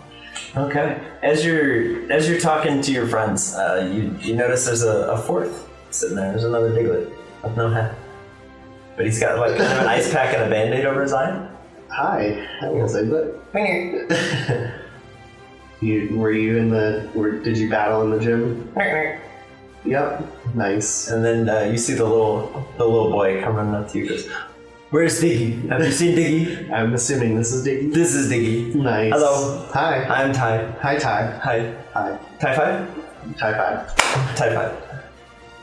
Speaker 2: Okay. As you're as you're talking to your friends, uh, you you notice there's a, a fourth sitting there. There's another Diglett with no hat, but he's got like kind of an ice pack and a band-aid over his eye.
Speaker 3: Hi, I will say that. You were you in the? Were, did you battle in the gym?
Speaker 2: And
Speaker 3: Yep. Nice.
Speaker 2: then uh, you see the little the little boy coming up to you. Goes, "Where's Diggy? Have you seen Diggy?
Speaker 3: I'm assuming this is Diggy.
Speaker 2: This is Diggy.
Speaker 3: Nice.
Speaker 2: Hello.
Speaker 3: Hi.
Speaker 2: I'm Ty.
Speaker 3: Hi, Ty.
Speaker 2: Hi.
Speaker 3: Hi.
Speaker 2: Ty five.
Speaker 3: Ty Five.
Speaker 2: Type five.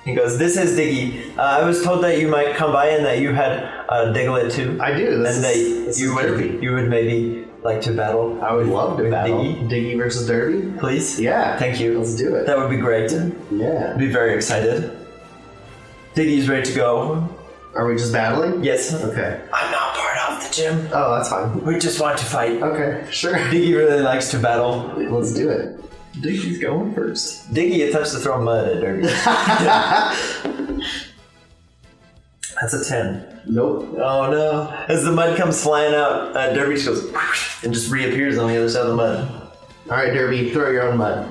Speaker 2: He goes, This is Diggy. Uh, I was told that you might come by and that you had uh, Diglett too.
Speaker 3: I do. This
Speaker 2: and that
Speaker 3: is, this
Speaker 2: you
Speaker 3: is
Speaker 2: would
Speaker 3: Derby.
Speaker 2: you would maybe like to battle.
Speaker 3: I would love to
Speaker 2: with
Speaker 3: battle
Speaker 2: Diggy,
Speaker 3: Diggy versus Derby.
Speaker 2: please.
Speaker 3: Yeah.
Speaker 2: Thank you.
Speaker 3: Let's do it.
Speaker 2: That would be great. I'd
Speaker 3: Yeah.
Speaker 2: be very excited. Diggy's ready to go.
Speaker 3: Are we just battling?
Speaker 2: Yes.
Speaker 3: Okay.
Speaker 2: I'm not part of the gym.
Speaker 3: Oh, that's fine.
Speaker 2: We just want to fight.
Speaker 3: Okay. Sure.
Speaker 2: Diggy really likes to battle.
Speaker 3: Let's do it.
Speaker 2: Diggy's going first. Diggy attempts to throw mud at Derby. That's a ten.
Speaker 3: Nope.
Speaker 2: Oh no. As the mud comes flying out, uh, Derby just goes and just reappears on the other side of the mud.
Speaker 3: All right, Derby. Throw your own mud.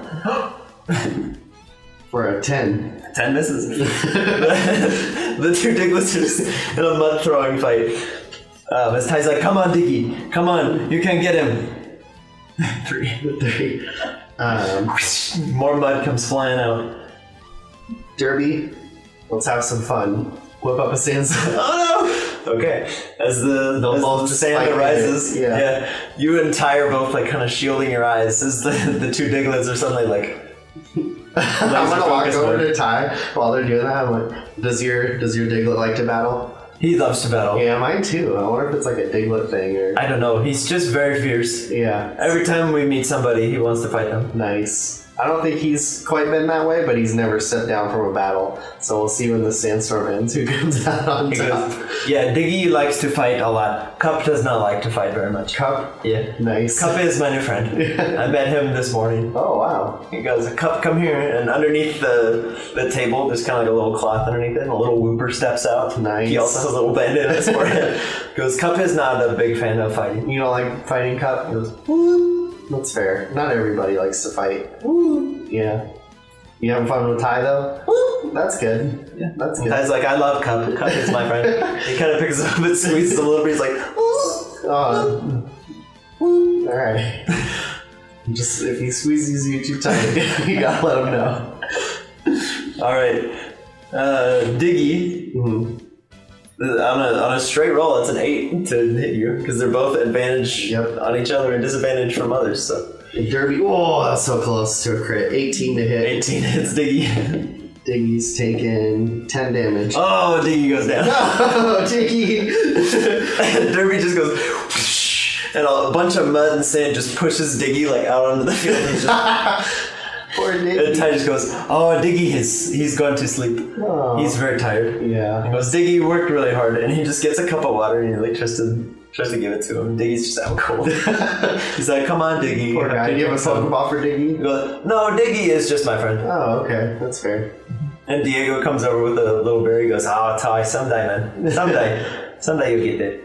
Speaker 3: For a ten.
Speaker 2: Ten misses. the two Diglets are just in a mud throwing fight. Um, as Ty's like, come on, Diggy, come on, you can get him. Three.
Speaker 3: Three. Um,
Speaker 2: More mud comes flying out.
Speaker 3: Derby, let's have some fun. Whip up a sandstorm.
Speaker 2: Oh no! Okay. As the,
Speaker 3: They'll
Speaker 2: as
Speaker 3: both
Speaker 2: the
Speaker 3: just
Speaker 2: sand
Speaker 3: fight in it,
Speaker 2: arises,
Speaker 3: yeah.
Speaker 2: you and Ty are both like kind of shielding your eyes as the, the two Diglets are suddenly like.
Speaker 3: I'm gonna walk
Speaker 2: focus
Speaker 3: over
Speaker 2: mode.
Speaker 3: to Ty while they're doing that. I'm like, does your does your Diglett like to battle?
Speaker 2: He loves to battle.
Speaker 3: Yeah, mine too. I wonder if it's like a Diglett thing or
Speaker 2: I don't know. He's just very fierce.
Speaker 3: yeah.
Speaker 2: Every time we meet somebody, he wants to fight them.
Speaker 3: Nice. I don't think he's quite been that way, but he's never stepped down from a battle. So we'll see when the sandstorm ends who comes out on
Speaker 2: He goes,
Speaker 3: top.
Speaker 2: yeah, Diggy likes to fight a lot. Cup does not like to fight very much.
Speaker 3: Cup.
Speaker 2: Yeah.
Speaker 3: Nice.
Speaker 2: Cup is my new friend. I met him this morning.
Speaker 3: Oh wow.
Speaker 2: He goes, Cup, come here. And underneath the, the table, there's kind of like a little cloth underneath it, and a little whooper steps out.
Speaker 3: Nice.
Speaker 2: He also has a little bandit on his forehead. goes, Cup is not a big fan of fighting.
Speaker 3: You don't like fighting Cup? He goes, "Woo." That's fair. Not everybody likes to fight. Yeah. You having fun with Ty though? That's good. Yeah. That's good.
Speaker 2: I was like, I love Cup. Cup is my friend. he kind of picks up and squeezes a little bit. He's like,
Speaker 3: Oh. All right. Just if he squeezes you too tight, you gotta let him know.
Speaker 2: All right, uh, Diggy. On a on a straight roll, it's an eight to hit you because they're both advantage
Speaker 3: Yep.
Speaker 2: on each other and disadvantage from others. So
Speaker 3: Derby. Oh, that's so close to a crit. 18 to hit.
Speaker 2: eighteen hits Diggy.
Speaker 3: Diggy's taken 10 damage.
Speaker 2: Oh, Diggy goes down.
Speaker 3: No, Diggy!
Speaker 2: Derby just goes, whoosh, and a bunch of mud and sand just pushes Diggy like out onto the field. And, he's just,
Speaker 3: Poor
Speaker 2: and
Speaker 3: Diggy.
Speaker 2: Ty just goes, oh, Diggy has he's gone to sleep.
Speaker 3: Oh.
Speaker 2: He's very tired. He
Speaker 3: Yeah.
Speaker 2: goes, Diggy worked really hard, and he just gets a cup of water and he like tries to tries to give it to him. Diggy's just out cold. he's like, come on, Diggy.
Speaker 3: Poor guy. Do you have a Pokeball for Diggy?
Speaker 2: He goes, no, Diggy is just my friend.
Speaker 3: Oh, okay. That's fair.
Speaker 2: And Diego comes over with a little berry, goes, Ah, Ty, someday, man. Someday. someday you'll get there.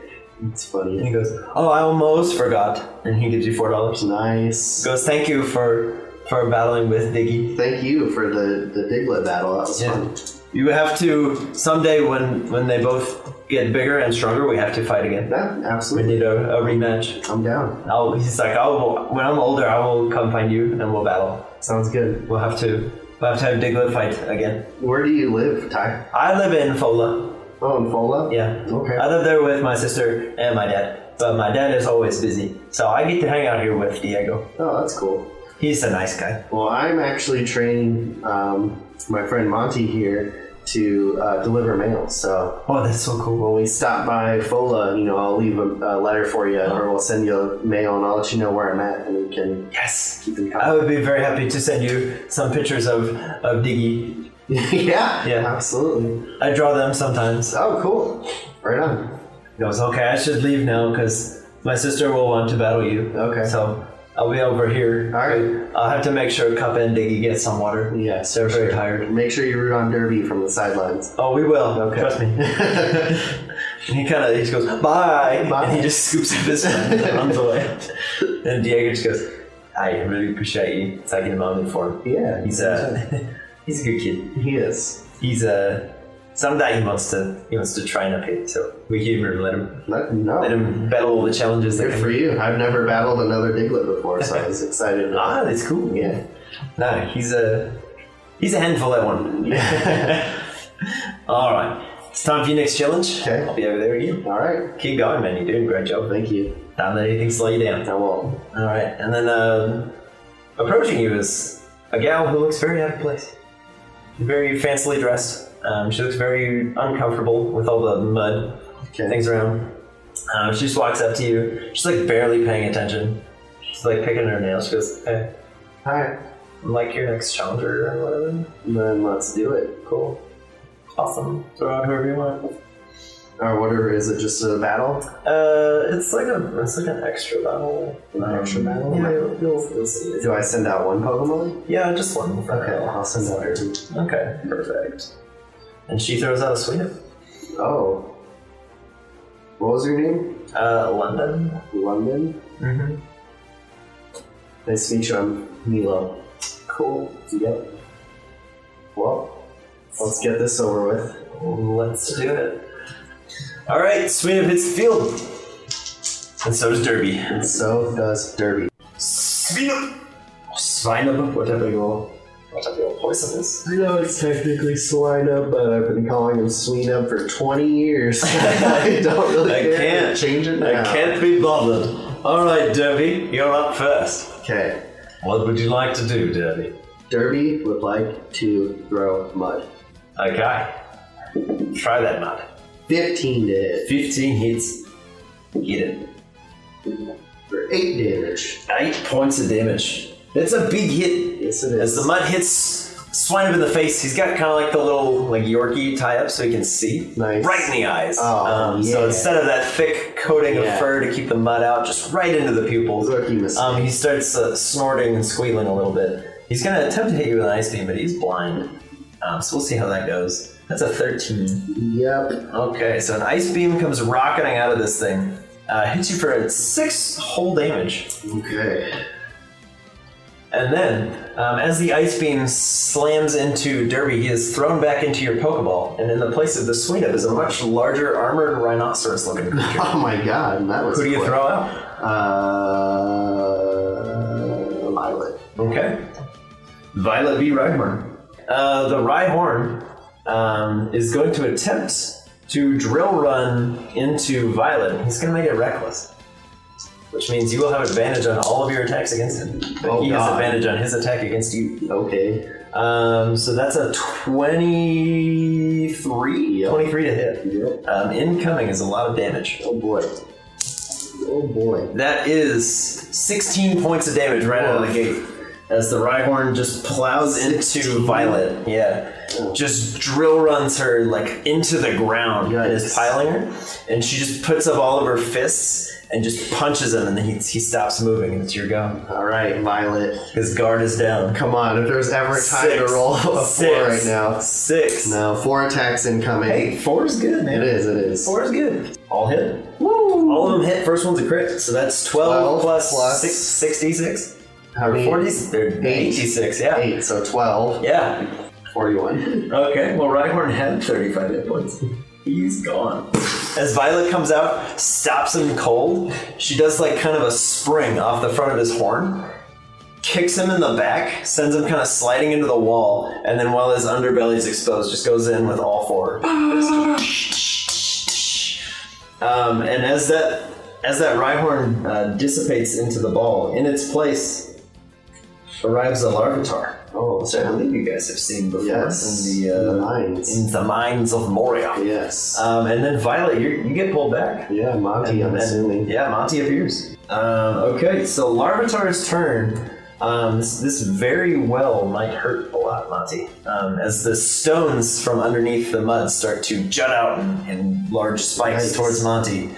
Speaker 3: It's
Speaker 2: And
Speaker 3: funny.
Speaker 2: he goes, Oh, I almost forgot. And he gives you $4.
Speaker 3: Nice.
Speaker 2: Goes, Thank you for for battling with Diggy.
Speaker 3: Thank you for the, the Diglett battle. That was
Speaker 2: Yeah.
Speaker 3: fun.
Speaker 2: You have to, someday when when they both get bigger and stronger, we have to fight again.
Speaker 3: Yeah,
Speaker 2: We
Speaker 3: absolutely.
Speaker 2: need a, a rematch.
Speaker 3: I'm down.
Speaker 2: I'll, he's like, I'll, when I'm older, I will come find you and we'll battle.
Speaker 3: Sounds good.
Speaker 2: We'll have to, we'll have to have Diglett fight again.
Speaker 3: Where do you live, Ty?
Speaker 2: I live in Fola.
Speaker 3: Oh, in Fola?
Speaker 2: Yeah.
Speaker 3: Okay.
Speaker 2: I live there with my sister and my dad, but my dad is always busy, so I get to hang out here with Diego.
Speaker 3: Oh, that's cool.
Speaker 2: He's a nice guy.
Speaker 3: Well, I'm actually training um, my friend Monty here to uh, deliver mail. So
Speaker 2: Oh, that's so cool.
Speaker 3: when we stop by Fola, you know, I'll leave a, a letter for you, or we'll send you mail, and I'll let you know where I'm at, and we can
Speaker 2: Yes.
Speaker 3: keep in
Speaker 2: I
Speaker 3: contact.
Speaker 2: would be very happy to send you some pictures of, of Diggy.
Speaker 3: yeah,
Speaker 2: Yeah.
Speaker 3: absolutely.
Speaker 2: I draw them sometimes.
Speaker 3: Oh, cool. Right on.
Speaker 2: He goes, okay, I should leave now because my sister will want to battle you.
Speaker 3: Okay.
Speaker 2: So I'll be over here.
Speaker 3: All right.
Speaker 2: I'll have to make sure Cup and Diggy get some water.
Speaker 3: Yeah,
Speaker 2: They're
Speaker 3: so
Speaker 2: very tired.
Speaker 3: make sure you root on Derby from the sidelines.
Speaker 2: Oh, we will.
Speaker 3: Okay.
Speaker 2: Trust me. And he kind of he just goes bye,
Speaker 3: Bye.
Speaker 2: and he just scoops up his friend and runs away. And Diego just goes, "I really appreciate you taking him on for him.
Speaker 3: yeah,
Speaker 2: He's a he's a good kid.
Speaker 3: he is.
Speaker 2: He's a someday he wants to he wants to train up here. So we humor him, let him
Speaker 3: Let, no,
Speaker 2: let him battle all the challenges.
Speaker 3: Good
Speaker 2: That
Speaker 3: for
Speaker 2: come.
Speaker 3: you. I've never battled another Diglett before, so I was excited.
Speaker 2: Ah, that's cool.
Speaker 3: Yeah.
Speaker 2: No, he's a he's a handful that one. all right, it's time for your next challenge.
Speaker 3: Okay.
Speaker 2: I'll be over there again.
Speaker 3: All right.
Speaker 2: Keep going, man. You're doing a great job.
Speaker 3: Thank you.
Speaker 2: Don't let anything slow you down.
Speaker 3: I will.
Speaker 2: All right, and then um, approaching you is a gal who looks very out of place. She's very fancily dressed. Um, she looks very uncomfortable with all the mud and
Speaker 3: Okay.
Speaker 2: things around. Um, she just walks up to you. She's like barely paying attention. She's like picking her nails. She goes, "Eh, "Hey,
Speaker 3: All right.
Speaker 2: I'm like your next challenger or whatever.
Speaker 3: Then let's do it.
Speaker 2: Cool, awesome. Throw out whoever you want."
Speaker 3: Or whatever. Is it just a battle?
Speaker 2: Uh, it's like a it's like an extra battle.
Speaker 3: An extra battle?
Speaker 2: Yeah, you'll, you'll, you'll see. it.
Speaker 3: Do I send out one Pokemon?
Speaker 2: Yeah, just one. for
Speaker 3: Okay.
Speaker 2: now.
Speaker 3: I'll send out every.
Speaker 2: Okay, perfect. And she throws out a sweet.
Speaker 3: Oh. What was your name?
Speaker 2: Uh, London.
Speaker 3: London.
Speaker 2: Mm-hmm.
Speaker 3: Nice to meet you. I'm Milo.
Speaker 2: Cool.
Speaker 3: Yep. Well, let's get this over with.
Speaker 2: Let's do it. All right, sweet of hits field. And so does Derby.
Speaker 3: And so does Derby.
Speaker 2: Svinup. Svinup, whatever your whatever your poison is.
Speaker 3: I know it's technically swine up, but I've been calling him sween up for 20 years. I don't really
Speaker 2: I
Speaker 3: care.
Speaker 2: can't.
Speaker 3: change it
Speaker 2: I
Speaker 3: now.
Speaker 2: can't be bothered. All right, Derby, you're up first.
Speaker 3: Okay.
Speaker 2: What would you like to do, Derby?
Speaker 3: Derby would like to throw mud.
Speaker 2: Okay. Try that, mud.
Speaker 3: 15 to hit
Speaker 2: 15 hits. Get it.
Speaker 3: for 8 damage.
Speaker 2: Eight points of damage. That's a big hit.
Speaker 3: Yes, it
Speaker 2: As
Speaker 3: is.
Speaker 2: the mud hits Swinub in the face, he's got kind of like the little like Yorkie tie up so he can see.
Speaker 3: Nice.
Speaker 2: Right in the eyes. Um,
Speaker 3: Oh,
Speaker 2: So
Speaker 3: yeah.
Speaker 2: instead of that thick coating
Speaker 3: Yeah.
Speaker 2: of fur to keep the mud out, just right into the pupils.
Speaker 3: Rookie mistake.
Speaker 2: Um, he starts uh, snorting and squealing a little bit. He's going to attempt to hit you with an ice beam, but he's blind. Um, so we'll see how that goes. That's a 13.
Speaker 3: yep.
Speaker 2: Okay, so an ice beam comes rocketing out of this thing. Uh, hits you for six whole damage.
Speaker 3: Okay.
Speaker 2: And then, um, as the ice beam slams into Derby, he is thrown back into your Pokeball. And in the place of the Sweenub is a much larger armored rhinoceros looking creature.
Speaker 3: Oh my god, that was
Speaker 2: Who do you
Speaker 3: quick.
Speaker 2: throw out?
Speaker 3: Uh, Violet.
Speaker 2: Okay. Violet V. Rhyhorn. Uh, the Rhyhorn um, is going to attempt to drill run into Violet. He's going to make it reckless. Which means you will have advantage on all of your attacks against him. But
Speaker 3: Oh,
Speaker 2: he
Speaker 3: God.
Speaker 2: has advantage on his attack against you.
Speaker 3: Okay.
Speaker 2: Um, so that's a 23?
Speaker 3: Oh
Speaker 2: 23 to hit.
Speaker 3: Yep.
Speaker 2: Um, incoming is a lot of damage.
Speaker 3: Oh boy. Oh boy.
Speaker 2: That is 16 points of damage right out of the gate. As the Rhyhorn just plows into
Speaker 3: 16?
Speaker 2: Violet. Yeah. Just drill runs her like into the ground and is
Speaker 3: Yikes.
Speaker 2: piling her. And she just puts up all of her fists and just punches him and then he, he stops moving and it's your go.
Speaker 3: All right, Violet.
Speaker 2: His guard is down.
Speaker 3: Come on. If there's ever a time to roll a four right now.
Speaker 2: Six.
Speaker 3: No, four attacks incoming.
Speaker 2: Hey, four is good, man.
Speaker 3: It is. It is.
Speaker 2: Four is good. All hit. All of them hit. First one's a crit. So that's 12,
Speaker 3: 12
Speaker 2: plus,
Speaker 3: plus-
Speaker 2: six, 66.
Speaker 3: How many?
Speaker 2: 40, or
Speaker 3: Eight.
Speaker 2: 86, yeah.
Speaker 3: Eight. So 12.
Speaker 2: Yeah.
Speaker 3: 41.
Speaker 2: Okay, well, Rhyhorn had 35 hit points. He's gone. As Violet comes out, stops him cold, she does like kind of a spring off the front of his horn, kicks him in the back, sends him kind of sliding into the wall, and then while his underbelly's exposed, just goes in with all four. Um, and as that as that Rhyhorn uh, dissipates into the ball, in its place arrives a Larvitar.
Speaker 3: Oh,
Speaker 2: which I believe you guys have seen before
Speaker 3: Yes.
Speaker 2: in the uh,
Speaker 3: Nines.
Speaker 2: in the mines of Moria.
Speaker 3: yes.
Speaker 2: Um, and then Violet, you you get pulled back.
Speaker 3: yeah, Monty, I'm
Speaker 2: And-
Speaker 3: assuming.
Speaker 2: Yeah, Monty appears. Um, okay, so Larvitar's turn. Um, this, this very well might hurt a lot, Monty, um, as the stones from underneath the mud start to jut out in, in large spikes
Speaker 3: Yikes.
Speaker 2: towards Monty.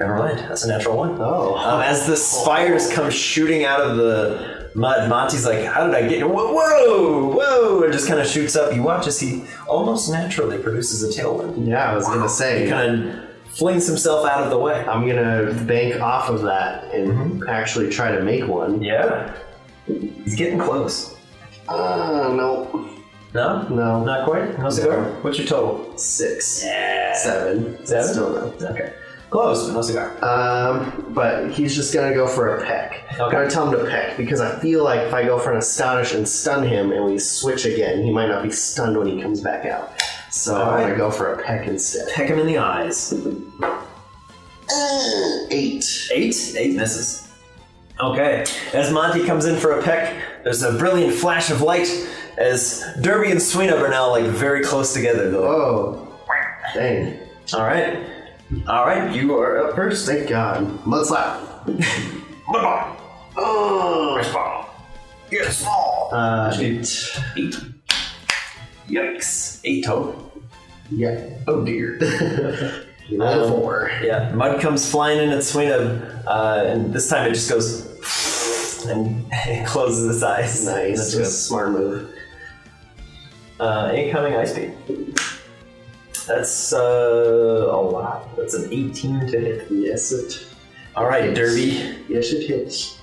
Speaker 2: Never mind, that's a natural one.
Speaker 3: Oh.
Speaker 2: Um, as the spires come shooting out of the mud, Monty's like, "How did I get here? Whoa, whoa!" whoa," And just kind of shoots up. You watch as he almost naturally produces a tailwind.
Speaker 3: yeah, I was gonna say.
Speaker 2: He kind of flings himself out of the way.
Speaker 3: I'm gonna bank off of that and actually try to make one.
Speaker 2: Mm-hmm. Yeah, he's getting close.
Speaker 3: Uh, no,
Speaker 2: No,
Speaker 3: no,
Speaker 2: not quite. How's it
Speaker 3: No.
Speaker 2: going? What's your total?
Speaker 3: six,
Speaker 2: Yeah,
Speaker 3: seven, That's
Speaker 2: Seven?
Speaker 3: still no.
Speaker 2: Okay, close, but no cigar.
Speaker 3: Um, but he's just gonna go for a peck. I'm
Speaker 2: Okay.
Speaker 3: gonna tell him to peck because I feel like if I go for an astonish and stun him, and we switch again, he might not be stunned when he comes back out. So I'm
Speaker 2: Alright.
Speaker 3: gonna go for a peck instead.
Speaker 2: Peck him in the eyes.
Speaker 3: Eight.
Speaker 2: Eight? Eight misses. Okay. As Monty comes in for a peck, there's a brilliant flash of light as Derby and Sweenup are now like very close together though.
Speaker 3: Oh, dang!
Speaker 2: Alright. Alright, you are up first.
Speaker 3: Thank God. Mudslap. Oh,
Speaker 2: Yes.
Speaker 3: Uh,
Speaker 2: Eight. Eight. Yikes. Eight total.
Speaker 3: yeah.
Speaker 2: Oh dear. Um,
Speaker 3: Level four.
Speaker 2: yeah. Mud comes flying in at Sweenup, uh, and this time it just goes and closes its eyes.
Speaker 3: Nice.
Speaker 2: That's
Speaker 3: That's
Speaker 2: good.
Speaker 3: a smart move.
Speaker 2: Uh, incoming ice speed. That's uh, a lot. That's an 18 to hit.
Speaker 3: Yes, it.
Speaker 2: All right, Derby.
Speaker 3: Yes, it hits.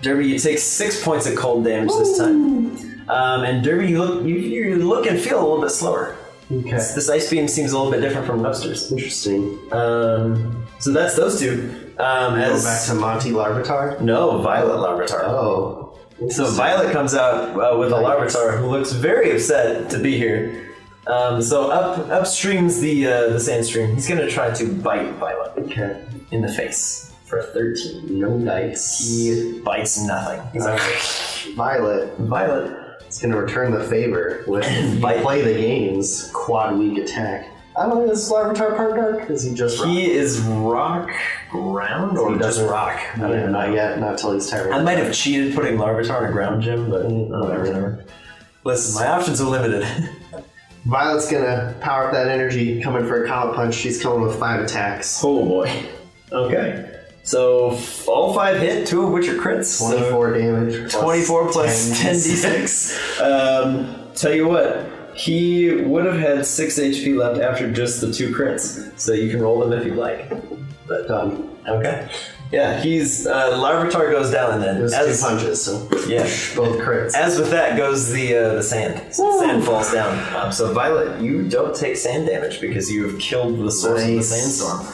Speaker 2: Derby, you take six points of cold damage this time. Um, and Derby, you look, you, you look and feel a little bit slower.
Speaker 3: Okay.
Speaker 2: This, this ice beam seems a little bit different from Webster's.
Speaker 3: Interesting.
Speaker 2: Um, so that's those two. Um,
Speaker 3: Go back
Speaker 2: as
Speaker 3: to Monty Larvitar.
Speaker 2: no Violet Larvitar.
Speaker 3: Oh.
Speaker 2: So Violet comes out uh, with a Larvitar who looks very upset to be here. Um, so up upstreams the uh, the sand stream. He's gonna try to bite Violet
Speaker 3: Okay.
Speaker 2: in the face for a thirteen.
Speaker 3: No dice.
Speaker 2: He bites nothing. He's like,
Speaker 3: Violet
Speaker 2: Violet.
Speaker 3: is going to return the favor with
Speaker 2: Bite.
Speaker 3: play the games quad weak attack. I don't know, is Larvitar part dark? Is he just rock?
Speaker 2: He is rock ground or
Speaker 3: He
Speaker 2: just
Speaker 3: doesn't-
Speaker 2: rock. I don't
Speaker 3: Yeah,
Speaker 2: even know.
Speaker 3: not yet. Not till he's tired.
Speaker 2: I might have cheated putting Larvitar in a ground gym, but Mm, I don't
Speaker 3: whatever.
Speaker 2: remember. Listen, my options are limited.
Speaker 3: Violet's going to power up that energy, coming for a comet punch. She's coming with five attacks.
Speaker 2: oh boy. Okay. So f- all five hit, two of which are crits. so-
Speaker 3: 24 damage.
Speaker 2: 24 plus 10
Speaker 3: 10d6.
Speaker 2: d6. Um, tell you what, he would have had 6 HP left after just the two crits, so you can roll them if you'd like. But,
Speaker 3: Done.
Speaker 2: okay. Yeah, he's. Uh, Larvitar goes down, and then.
Speaker 3: It was
Speaker 2: as,
Speaker 3: two punches, so
Speaker 2: yeah.
Speaker 3: both crits.
Speaker 2: As with that goes the uh, the sand. So the sand falls down. Um, so Violet, you don't take sand damage because you have killed the source of the
Speaker 3: Nice.
Speaker 2: sandstorm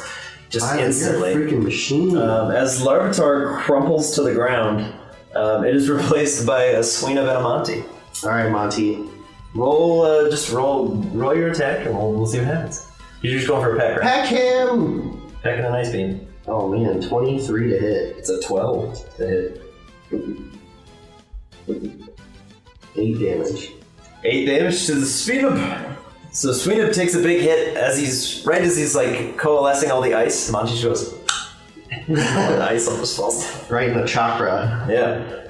Speaker 2: just
Speaker 3: Violet,
Speaker 2: instantly.
Speaker 3: You're a freaking machine.
Speaker 2: Um, as Larvitar crumples to the ground, um, it is replaced by a Swina Venomonte.
Speaker 3: All right, Monty.
Speaker 2: Roll, uh, just roll, roll your attack, and we'll, we'll see what happens. You're just going for a peck, right?
Speaker 3: Pack him.
Speaker 2: Peck and an ice beam.
Speaker 3: Oh man, twenty-three to hit.
Speaker 2: It's a twelve to hit.
Speaker 3: Eight damage.
Speaker 2: Eight damage to the Sweenup. So Sweenup takes a big hit as he's right as he's like coalescing all the ice. Monty goes, and the ice almost falls down.
Speaker 3: Right in the chakra.
Speaker 2: Yeah.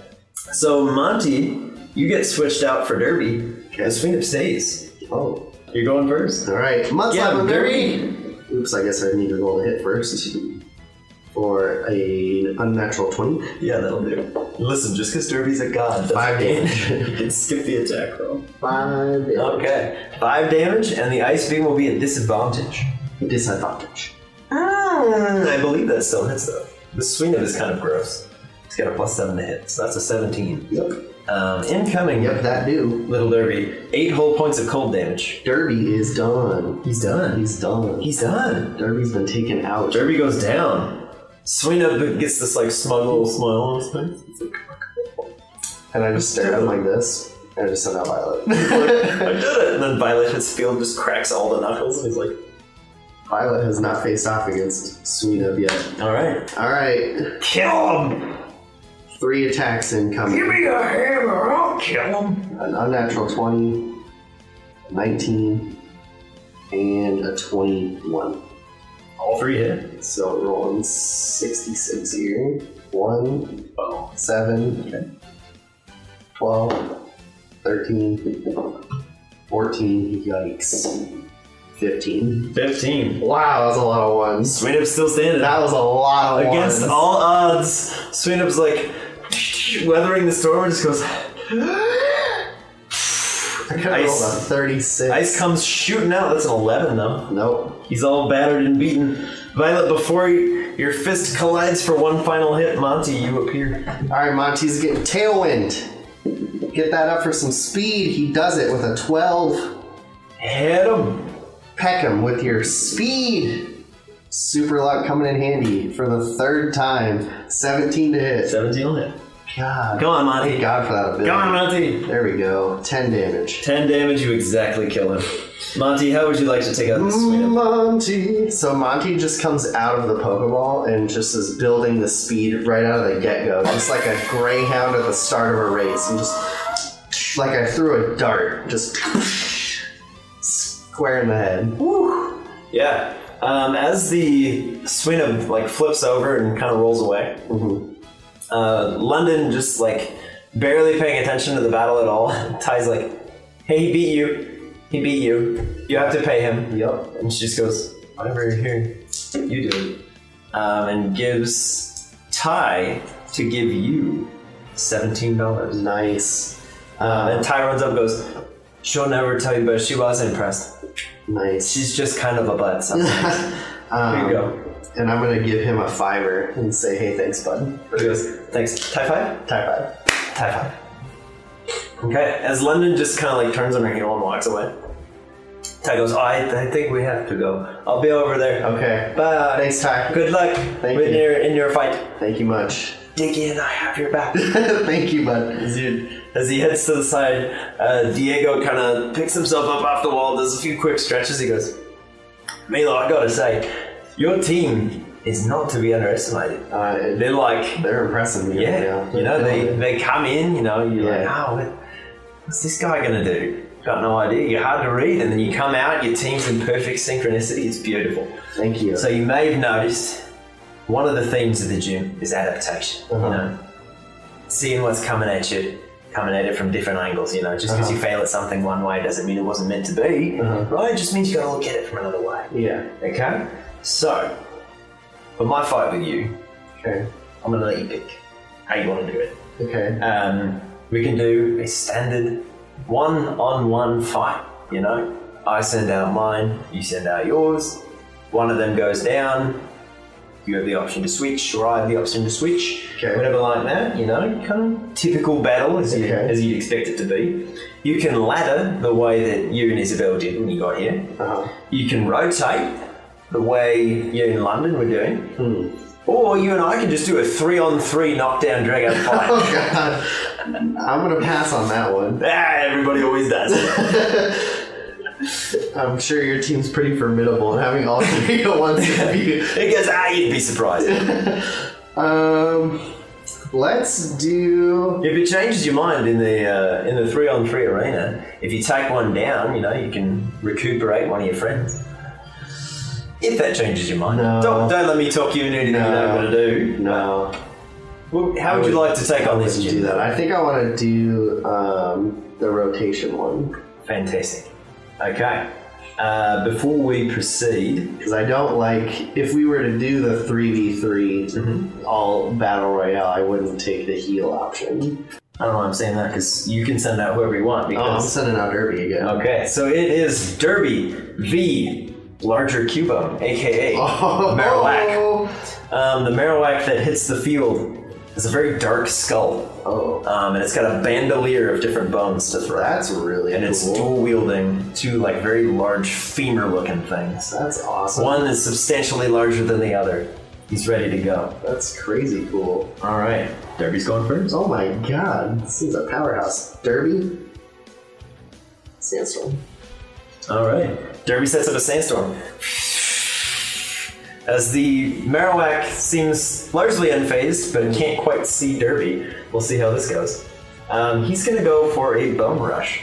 Speaker 2: So Monty, you get switched out for Derby. And Sweenup stays.
Speaker 3: Oh.
Speaker 2: You're going first.
Speaker 3: Alright. Mudslap
Speaker 2: Yeah,
Speaker 3: on
Speaker 2: Derby.
Speaker 3: Oops, I guess I need to roll a hit first. For a unnatural 20.
Speaker 2: Yeah, that'll do. Listen, just because Derby's a god, doesn't
Speaker 3: Five
Speaker 2: mean
Speaker 3: damage.
Speaker 2: you can skip the attack roll.
Speaker 3: Five damage.
Speaker 2: Okay, five damage, and the ice beam will be at disadvantage.
Speaker 3: Disadvantage. Ah.
Speaker 2: Mm, I believe that still hits though. The swing of is kind of gross. He's got a plus seven to hit, so that's a seventeen.
Speaker 3: Yep.
Speaker 2: Um, incoming,
Speaker 3: Yep, that do.
Speaker 2: little derby. Eight whole points of cold damage.
Speaker 3: Derby is done.
Speaker 2: He's done.
Speaker 3: He's done.
Speaker 2: He's done.
Speaker 3: Derby's been taken out.
Speaker 2: Derby goes down. Swing up gets this like smug little smile on his face. It's like,
Speaker 3: And I just stare at him like this. And I just send out Violet.
Speaker 2: I did it! And then Violet his field just cracks all the knuckles, and he's like,
Speaker 3: Violet has not faced off against Sweenub yet.
Speaker 2: "Alright,
Speaker 3: Alright.
Speaker 2: kill him!
Speaker 3: Three attacks incoming.
Speaker 2: me a hammer! I'll kill him!"
Speaker 3: an unnatural 20, 19, and a 21.
Speaker 2: All three hit.
Speaker 3: So rolling 66 here. 1, 7, 12, 13, 14, yikes. 15.
Speaker 2: 15.
Speaker 3: Wow, that was a lot of ones.
Speaker 2: Swing up's still standing.
Speaker 3: That was a lot of
Speaker 2: Against
Speaker 3: ones.
Speaker 2: all odds, Sweenup's like weathering the storm and just goes.
Speaker 3: I could have rolled a
Speaker 2: Ice.
Speaker 3: 36.
Speaker 2: Ice comes shooting out. That's an 11, though.
Speaker 3: Nope.
Speaker 2: He's all battered and beaten. Violet, before y- your fist collides for one final hit, Monty, you appear.
Speaker 3: Alright, Monty's getting Tailwind. Get that up for some speed. He does it with a 12.
Speaker 2: Hit him!
Speaker 3: peck him with your speed. Super luck coming in handy for the third time. 17 to hit.
Speaker 2: 17 will hit.
Speaker 3: God.
Speaker 2: Go on, Monty.
Speaker 3: Thank God for that ability.
Speaker 2: Go on, Monty!
Speaker 3: There we go. 10 damage.
Speaker 2: 10 damage, you exactly kill him. Monty, how would you like to take out this Sweenup?
Speaker 3: Monty. So Monty just comes out of the Pokeball and just is building the speed right out of the get go. Just like a greyhound at the start of a race. And just like I threw a dart. Just square in the head.
Speaker 2: Yeah. Um, as the Sweenup like flips over and kind of rolls away,
Speaker 3: Mhm.
Speaker 2: uh, London just like barely paying attention to the battle at all. Ty's like, "Hey, he beat you. He beat you. You have to pay him."
Speaker 3: Yep.
Speaker 2: And she just goes, "Whatever you're here, you do it," um, and gives Ty to give you seventeen dollars. Uh,
Speaker 3: Nice.
Speaker 2: and Ty runs up, and goes, "She'll never tell you, but she was impressed.
Speaker 3: Nice.
Speaker 2: She's just kind of a butt." Something.
Speaker 3: Um,
Speaker 2: Here you go.
Speaker 3: And I'm gonna give him a fiver and say, "Hey, thanks, bud."
Speaker 2: He goes, "Thanks, Ty five."
Speaker 3: High five.
Speaker 2: High five. Okay, as London just kind of like turns on her heel and walks away, Ty goes, I, I think we have to go. I'll be over there.
Speaker 3: Okay.
Speaker 2: Bye.
Speaker 3: Thanks, Ty.
Speaker 2: Good luck
Speaker 3: Thank
Speaker 2: with
Speaker 3: you.
Speaker 2: Your, in your fight.
Speaker 3: Thank you much.
Speaker 2: Diggy and I have your back.
Speaker 3: Thank you, bud.
Speaker 2: as, he, as he heads to the side, uh, Diego kind of picks himself up off the wall, does a few quick stretches. He goes, Milo, I gotta say, your team is not to be underestimated.
Speaker 3: Uh,
Speaker 2: They're like
Speaker 3: they're impressing me.
Speaker 2: Yeah,
Speaker 3: right now.
Speaker 2: you know, they, they come in, you know, you're like,
Speaker 3: Yeah.
Speaker 2: oh, what, what's this guy going to do? Got no idea. You're hard to read. And then you come out, your team's in perfect synchronicity. It's beautiful.
Speaker 3: Thank you.
Speaker 2: So you may have noticed one of the themes of the gym is adaptation,
Speaker 3: Uh-huh.
Speaker 2: you know, seeing what's coming at you. Coming at it from different angles, you know, just because
Speaker 3: Uh-huh.
Speaker 2: you fail at something one way doesn't mean it wasn't meant to be,
Speaker 3: Uh-huh.
Speaker 2: right? It just means you got to look at it from another way.
Speaker 3: yeah.
Speaker 2: Okay, so for my fight with you,
Speaker 3: Okay.
Speaker 2: I'm gonna let you pick how you want to do it.
Speaker 3: Okay.
Speaker 2: Um, we can do a standard one-on-one fight. You know, I send out mine, you send out yours. One of them goes down. You have the option to switch, or I have the option to switch.
Speaker 3: Okay.
Speaker 2: Whatever, like that. You know, kind of typical battle as you
Speaker 3: Okay.
Speaker 2: as you'd expect it to be. You can ladder the way that you and Isabel did when you got here.
Speaker 3: Uh-huh.
Speaker 2: You can rotate the way you in London were doing.
Speaker 3: Hmm.
Speaker 2: Or you and I can just do a three-on-three knockdown drag out fight.
Speaker 3: Oh God. I'm gonna pass on that one.
Speaker 2: Ah, everybody always does.
Speaker 3: I'm sure your team's pretty formidable, and having all three at once would be
Speaker 2: it goes, ah, you'd be surprised.
Speaker 3: Um, Let's do.
Speaker 2: If it changes your mind in the uh, in the three on three arena, if you take one down, you know you can recuperate one of your friends. If that changes your mind,
Speaker 3: No.
Speaker 2: don't, don't let me talk you into anything you don't
Speaker 3: No.
Speaker 2: want to do.
Speaker 3: No.
Speaker 2: Well, how would you like to take
Speaker 3: I
Speaker 2: on
Speaker 3: wouldn't
Speaker 2: this?
Speaker 3: do
Speaker 2: Jim?
Speaker 3: that. I think I want to do um, the rotation one
Speaker 2: Fantastic. Okay. Uh, before we proceed,
Speaker 3: because I don't like if we were to do the three v three
Speaker 2: Mm-hmm.
Speaker 3: all battle royale, I wouldn't take the heal option.
Speaker 2: I don't know why I'm saying that because you can send out whoever you want.
Speaker 3: Oh, I'm
Speaker 2: Because
Speaker 3: sending out Irby again.
Speaker 2: okay, so it is Derby v. Larger Cubo, aka
Speaker 3: Oh.
Speaker 2: Marowak. Um, the Marowak that hits the field is a very dark skull,
Speaker 3: Oh,
Speaker 2: um, and it's got a bandolier of different bones to throw.
Speaker 3: that's really
Speaker 2: and it's
Speaker 3: cool.
Speaker 2: dual wielding two like very large femur-looking things.
Speaker 3: That's awesome.
Speaker 2: One is substantially larger than the other. He's ready to go.
Speaker 3: That's crazy cool.
Speaker 2: All right, Derby's going first.
Speaker 3: Oh my god, this is a powerhouse. Derby? Sandstorm.
Speaker 2: All right. Derby sets up a sandstorm. As the Marowak seems largely unfazed, but can't quite see Derby, we'll see how this goes. Um, he's going to go for a bone rush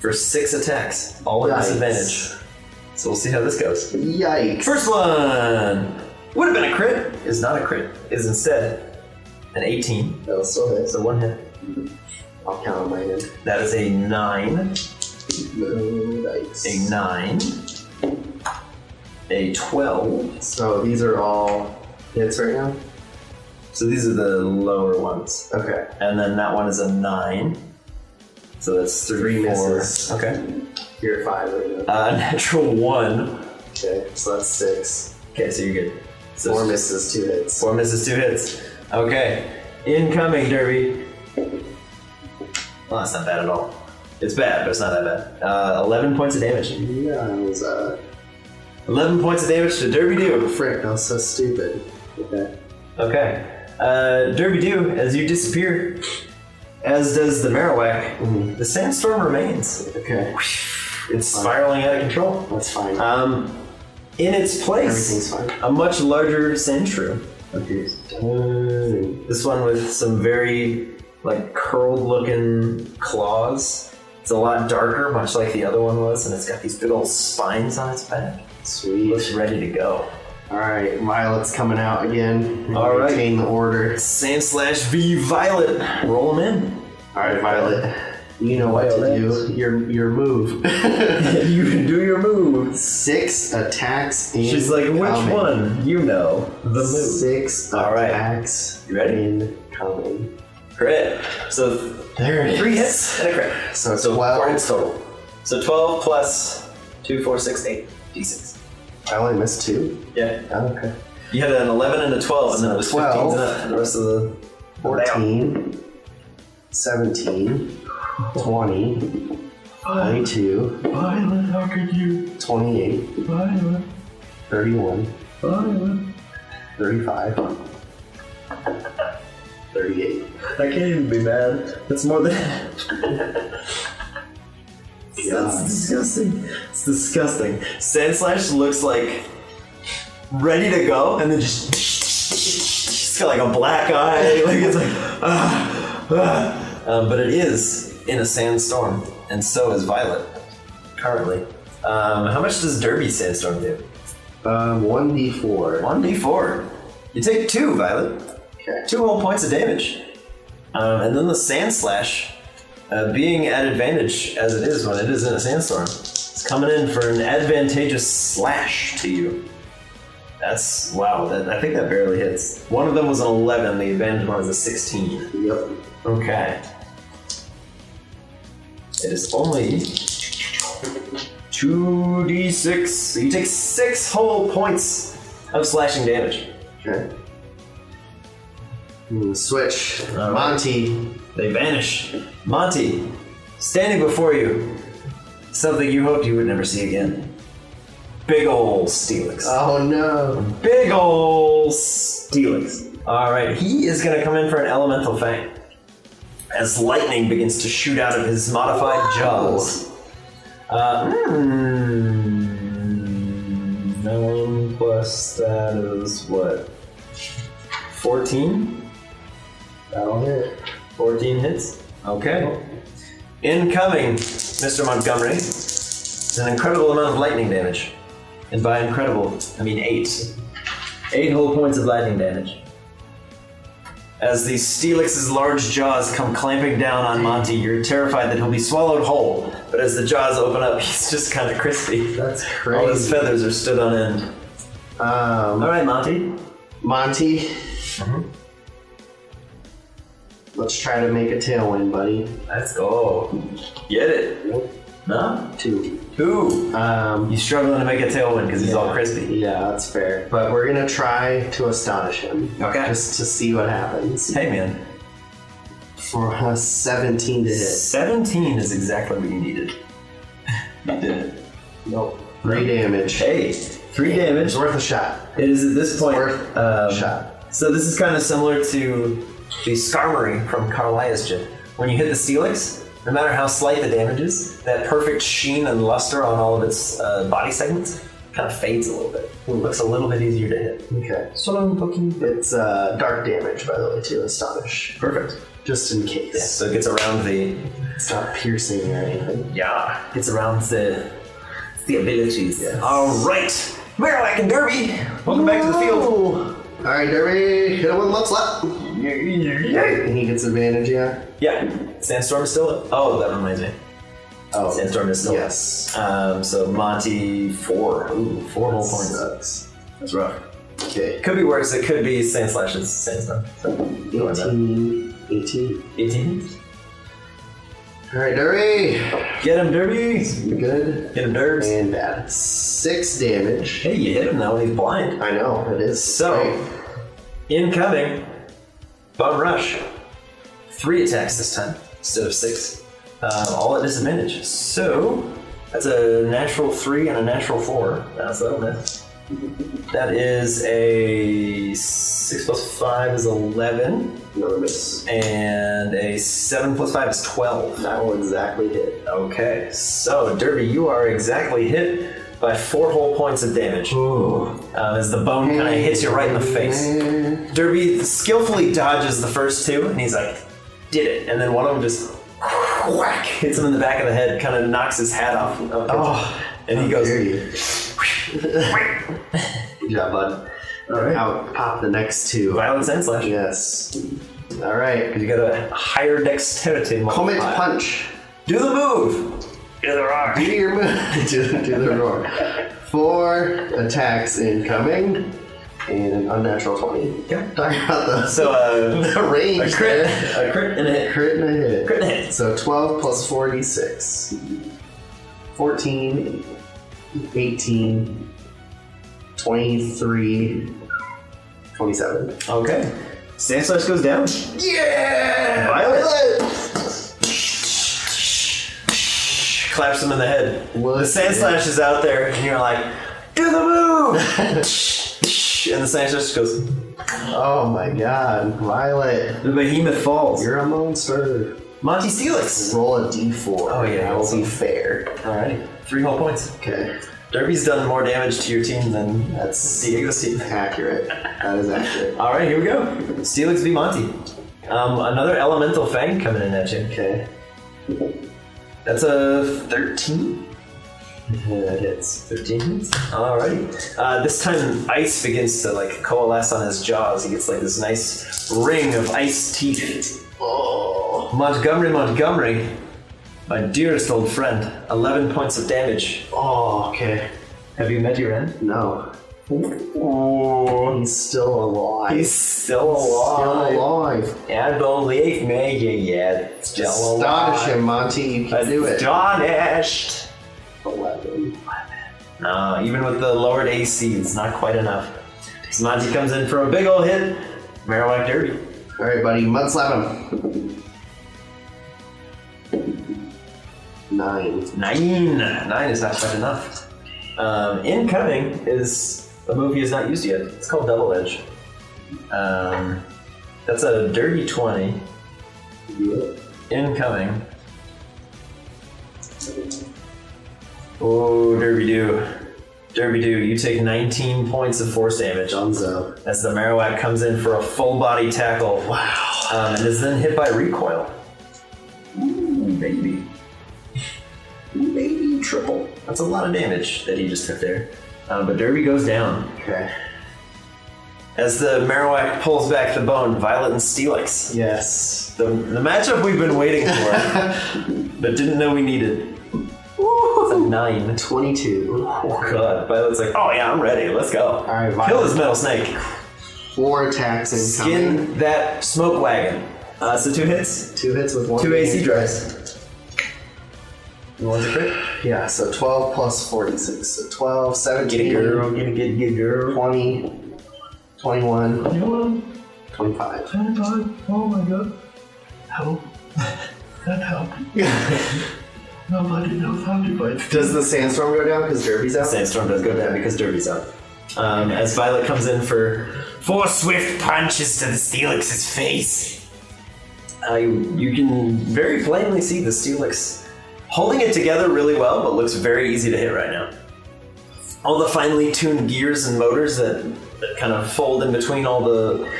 Speaker 2: for six attacks, all at
Speaker 3: Nice.
Speaker 2: disadvantage. So we'll see how this goes.
Speaker 3: Yikes.
Speaker 2: First one would have been a crit, is not a crit, is instead an 18.
Speaker 3: That'll still hit.
Speaker 2: So one hit.
Speaker 3: I'll count on my hand.
Speaker 2: That is a nine.
Speaker 3: No dice.
Speaker 2: a 9, a 12.
Speaker 3: So these are all hits right now?
Speaker 2: So these are the lower ones.
Speaker 3: Okay.
Speaker 2: And then that one is a 9. So that's three,
Speaker 3: Three
Speaker 2: four.
Speaker 3: misses.
Speaker 2: Okay.
Speaker 3: You're at five right now.
Speaker 2: Uh, natural 1.
Speaker 3: Okay, so that's six.
Speaker 2: Okay, so you're good. So
Speaker 3: Four misses, two hits.
Speaker 2: Four misses, two hits. Okay. Incoming, Derby. Well, that's not bad at all. It's bad, but it's not that bad. Uh, 11 points of damage.
Speaker 3: Yeah, I was, uh,
Speaker 2: 11 points of damage to Derby Doo.
Speaker 3: frick, that was so stupid. Okay.
Speaker 2: Okay. Uh, Derby Doo, as you disappear, as does the Marowak, the sandstorm remains.
Speaker 3: Okay,
Speaker 2: It's spiraling out of control.
Speaker 3: that's fine.
Speaker 2: Um, in its place,
Speaker 3: Everything's fine.
Speaker 2: a much larger sand shrew appears.
Speaker 3: Dang.
Speaker 2: This one with some very like curled looking claws. It's a lot darker, much like the other one was, and it's got these big old spines on its back. It's
Speaker 3: Sweet.
Speaker 2: ready to go.
Speaker 3: Alright, Violet's coming out again.
Speaker 2: All
Speaker 3: We'll
Speaker 2: right.
Speaker 3: Retain the order.
Speaker 2: Sand slash V Violet. Roll them
Speaker 3: Alright, Violet. You know what to do. Your your move.
Speaker 2: in. you can do your moves.
Speaker 3: Six attacks in
Speaker 2: She's like, which
Speaker 3: coming.
Speaker 2: one? You know the move.
Speaker 3: Six
Speaker 2: All right.
Speaker 3: attacks
Speaker 2: You ready?
Speaker 3: in coming.
Speaker 2: Crit. So
Speaker 3: There it is.
Speaker 2: three hits and a crit.
Speaker 3: So it's
Speaker 2: So four
Speaker 3: 12.
Speaker 2: hits total. So twelve plus two, four, six, eight, d6.
Speaker 3: I only missed two.
Speaker 2: Yeah.
Speaker 3: Oh, okay.
Speaker 2: You had an eleven and a twelve, and then it was fifteen
Speaker 3: 12.
Speaker 2: and the rest of the
Speaker 3: 14, 17, 20, 22,
Speaker 2: Violet, how could you?
Speaker 3: 28,
Speaker 2: Violet,
Speaker 3: 31,
Speaker 2: Violet.
Speaker 3: 35, 38.
Speaker 2: I can't even be mad. That's more than. That's disgusting. It's disgusting. Sandslash looks like ready to go, and then just she's got like a black eye. Like it's like ah, ah. Um, but it is in a sandstorm, and so is Violet currently. Um, how much does Derby sandstorm do?
Speaker 3: Um, 1d4.
Speaker 2: One d four. You take two, Violet.
Speaker 3: Okay.
Speaker 2: Two whole points of damage. Um, and then the sand slash, uh, being at advantage as it is when it is in a sandstorm, it's coming in for an advantageous slash to you. That's wow. That, I think that barely hits. One of them was an eleven. The advantage one is a sixteen.
Speaker 3: Yep.
Speaker 2: Okay. It is only two d six. So you take six whole points of slashing damage.
Speaker 3: Okay. Hmm, Switch.
Speaker 2: All right.
Speaker 3: Monty.
Speaker 2: They vanish. Monty, standing before you, something you hoped you would never see again. Big ol' Steelix.
Speaker 3: Oh no.
Speaker 2: Big ol' Steelix. Alright, he is gonna come in for an elemental fang. As lightning begins to shoot out of his modified jaws. Uh, hmm, mm, nine plus that is what? 14? That'll hit. 14 hits? Okay. Incoming, Mr. Montgomery. It's an incredible amount of lightning damage. And by incredible, I mean eight. Eight whole points of lightning damage. As the Steelix's large jaws come clamping down on Monty, you're terrified that he'll be swallowed whole. But as the jaws open up, he's just kind of crispy.
Speaker 3: That's
Speaker 2: All his
Speaker 3: crazy.
Speaker 2: feathers are stood on end. All
Speaker 3: Um,
Speaker 2: right, Monty.
Speaker 3: Monty,
Speaker 2: Mm-hmm.
Speaker 3: let's try to make a tailwind, buddy.
Speaker 2: Let's go. Get it. No?
Speaker 3: Two.
Speaker 2: Who?
Speaker 3: Um,
Speaker 2: He's struggling to make a tailwind because he's all
Speaker 3: Yeah.
Speaker 2: crispy.
Speaker 3: Yeah, that's fair. But we're gonna try to astonish him.
Speaker 2: Okay.
Speaker 3: Just to see what happens.
Speaker 2: Hey, man.
Speaker 3: For a 17 to hit.
Speaker 2: 17 is exactly what you needed. you did it.
Speaker 3: Nope. Three damage.
Speaker 2: Hey, three damage.
Speaker 3: It's worth a shot.
Speaker 2: It is at this point.
Speaker 3: worth
Speaker 2: um,
Speaker 3: shot.
Speaker 2: So this is kind of similar to the Skarmory from Carlyle's Jib. When you hit the Steelix, no matter how slight the damage is, that perfect sheen and luster on all of its uh, body segments kind of fades a little bit. Looks a little bit easier to hit.
Speaker 3: Okay.
Speaker 2: So I'm poking.
Speaker 3: It's uh, dark damage, by the way, too. Astonish.
Speaker 2: Perfect.
Speaker 3: Just in case.
Speaker 2: Yeah, so it gets around the
Speaker 3: It's not piercing or anything.
Speaker 2: Yeah, it's around the the abilities. All right, Marowak and Derby, welcome back to the field.
Speaker 3: Alright, Derby, hit him with what's left. And he gets advantage, yeah?
Speaker 2: Yeah, Sandstorm is still. up. Oh, that reminds me.
Speaker 3: Oh.
Speaker 2: Sandstorm is still. up.
Speaker 3: Yes.
Speaker 2: Um, so Monty four. Ooh, four whole points.
Speaker 3: Sucks.
Speaker 2: That's rough.
Speaker 3: Okay.
Speaker 2: Could be worse. It could be sand slashes. Sandstorm. So,
Speaker 3: 18. 18.
Speaker 2: Eighteen.
Speaker 3: Alright, Derby.
Speaker 2: Get him, Derby.
Speaker 3: Good
Speaker 2: Get him, Derbs.
Speaker 3: and bad. Six damage.
Speaker 2: Hey, you hit him now when he's blind.
Speaker 3: I know, it is.
Speaker 2: So-
Speaker 3: Right.
Speaker 2: Incoming. Bum rush. Three attacks this time instead of six. Uh, all at disadvantage. So that's a natural three and a natural four. That's that'll miss. That is a six plus five is eleven,
Speaker 3: Another miss.
Speaker 2: and a seven plus five is twelve.
Speaker 3: That will exactly hit.
Speaker 2: Okay, so Derby, you are exactly hit by four whole points of damage. Uh, as the bone kind of hits you right in the face. Derby skillfully dodges the first two, and he's like, "Did it!" And then one of them just whack hits him in the back of the head, kind of knocks his hat off. Oh, and he goes,
Speaker 3: Dare you. Good job, bud.
Speaker 2: Alright.
Speaker 3: Out pop the next two.
Speaker 2: "Violence and slash."
Speaker 3: Yes. Alright.
Speaker 2: You got a higher dexterity.
Speaker 3: Comet
Speaker 2: multiplier.
Speaker 3: punch.
Speaker 2: Do the move. Do the rock.
Speaker 3: Do your move. do, do the roar. Four attacks incoming. And an unnatural 20.
Speaker 2: Yeah.
Speaker 3: Talk about the,
Speaker 2: So uh,
Speaker 3: the range
Speaker 2: a crit,
Speaker 3: there.
Speaker 2: a crit, and a hit.
Speaker 3: Crit and a hit.
Speaker 2: Crit and a hit.
Speaker 3: So 12 plus 46. 14, 18, 23, 27.
Speaker 2: Okay. Sand slash goes down.
Speaker 3: Yeah!
Speaker 2: Claps him in the head.
Speaker 3: Well,
Speaker 2: the sand
Speaker 3: yeah.
Speaker 2: slash is out there, and you're like, do the move. and the sand slash goes.
Speaker 3: Oh my god, Violet,
Speaker 2: The behemoth falls.
Speaker 3: you're a monster.
Speaker 2: Monty Steelix.
Speaker 3: Roll a d4.
Speaker 2: Oh, yeah.
Speaker 3: That will be fair.
Speaker 2: Alrighty. Three whole points.
Speaker 3: Okay,
Speaker 2: Derby's done more damage to your team than
Speaker 3: that's
Speaker 2: Diego's team.
Speaker 3: accurate. That is accurate.
Speaker 2: Alright, here we go. Steelix v Monty. Um, another elemental fang coming in at you.
Speaker 3: Okay,
Speaker 2: That's a 13?
Speaker 3: that hits.
Speaker 2: 15 minutes. Alrighty. Uh, this time, ice begins to like coalesce on his jaws. He gets like this nice ring of ice teeth.
Speaker 3: Oh,
Speaker 2: Montgomery, Montgomery, my dearest old friend. 11 points of damage.
Speaker 3: oh, okay.
Speaker 2: Have you met your end?
Speaker 3: No,
Speaker 2: Ooh.
Speaker 3: he's still alive.
Speaker 2: He's still
Speaker 3: still
Speaker 2: alive.
Speaker 3: alive.
Speaker 2: I believe me, yeah, yeah. Still alive.
Speaker 3: Astonish him, Monty. You can do it.
Speaker 2: Astonished.
Speaker 3: 11.
Speaker 2: No, Uh, even with the lowered AC, it's not quite enough. So Monty comes in for a big old hit. Marowak Derby.
Speaker 3: All right, buddy. Mud slap him. Nine.
Speaker 2: Nine. Nine is not quite enough. Um, incoming is a movie is not used yet. It's called Double Edge. Um, that's a dirty twenty. Incoming. Oh, Derby do. Derby Doo, you take 19 points of force damage
Speaker 3: Dunzo.
Speaker 2: as the Marowak comes in for a full body tackle.
Speaker 3: Wow.
Speaker 2: Um, and is then hit by recoil. Ooh, baby. Ooh, baby, triple. That's a lot of damage that he just took there. Um, but Derby goes down.
Speaker 3: Okay.
Speaker 2: As the Marowak pulls back the bone, Violet and Steelix.
Speaker 3: Yes.
Speaker 2: The, the matchup we've been waiting for, but didn't know we needed. It's a nine.
Speaker 3: 22.
Speaker 2: Oh god, Violet's like, oh yeah, I'm ready, let's go.
Speaker 3: right, Violet.
Speaker 2: Kill this metal snake.
Speaker 3: Four attacks incoming.
Speaker 2: Skin that smoke wagon. Uh, so two hits,
Speaker 3: Two hits with one.
Speaker 2: two AC
Speaker 3: damage.
Speaker 2: drives. You want to crit?
Speaker 3: Yeah, so 12 plus 46. So 12,
Speaker 2: Get a
Speaker 3: 17,
Speaker 2: girl, get a get a- get a girl.
Speaker 3: 20, 21,
Speaker 2: You want
Speaker 3: 25.
Speaker 2: Oh my god.
Speaker 3: Help.
Speaker 2: That helped.
Speaker 3: Nobody knows how to fight. Does the sandstorm go down because Derby's out?
Speaker 2: Sandstorm does go down because Derby's up. Um, as Violet comes in for four swift punches to the Steelix's face. Uh, you, you can very plainly see the Steelix holding it together really well, but looks very easy to hit right now. All the finely tuned gears and motors that, that kind of fold in between all the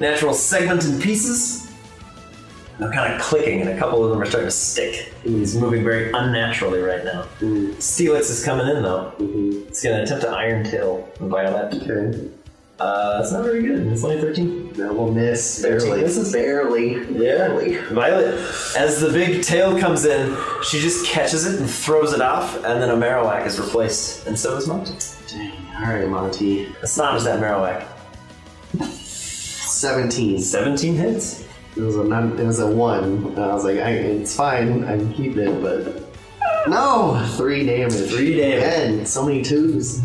Speaker 2: natural segmented pieces, they're kind of clicking, and a couple of them are starting to stick. He's moving very unnaturally right now.
Speaker 3: Mm.
Speaker 2: Steelix is coming in though. It's gonna attempt to Iron Tail Violet.
Speaker 3: Mm-hmm. Okay.
Speaker 2: Uh, it's not very good. It's only thirteen.
Speaker 3: That will miss.
Speaker 2: Thirteen
Speaker 3: Barely.
Speaker 2: misses.
Speaker 3: Barely. Barely.
Speaker 2: Violet, as the big tail comes in, she just catches it and throws it off, and then a Marowak is replaced, and so is Monty.
Speaker 3: Dang. Alright, Monty.
Speaker 2: Astonish that Marowak.
Speaker 3: 17.
Speaker 2: Seventeen hits.
Speaker 3: It was a non, it was a one. And I was like, I, it's fine. I can keep it, but no, three damage.
Speaker 2: Three damage.
Speaker 3: Again, so many twos.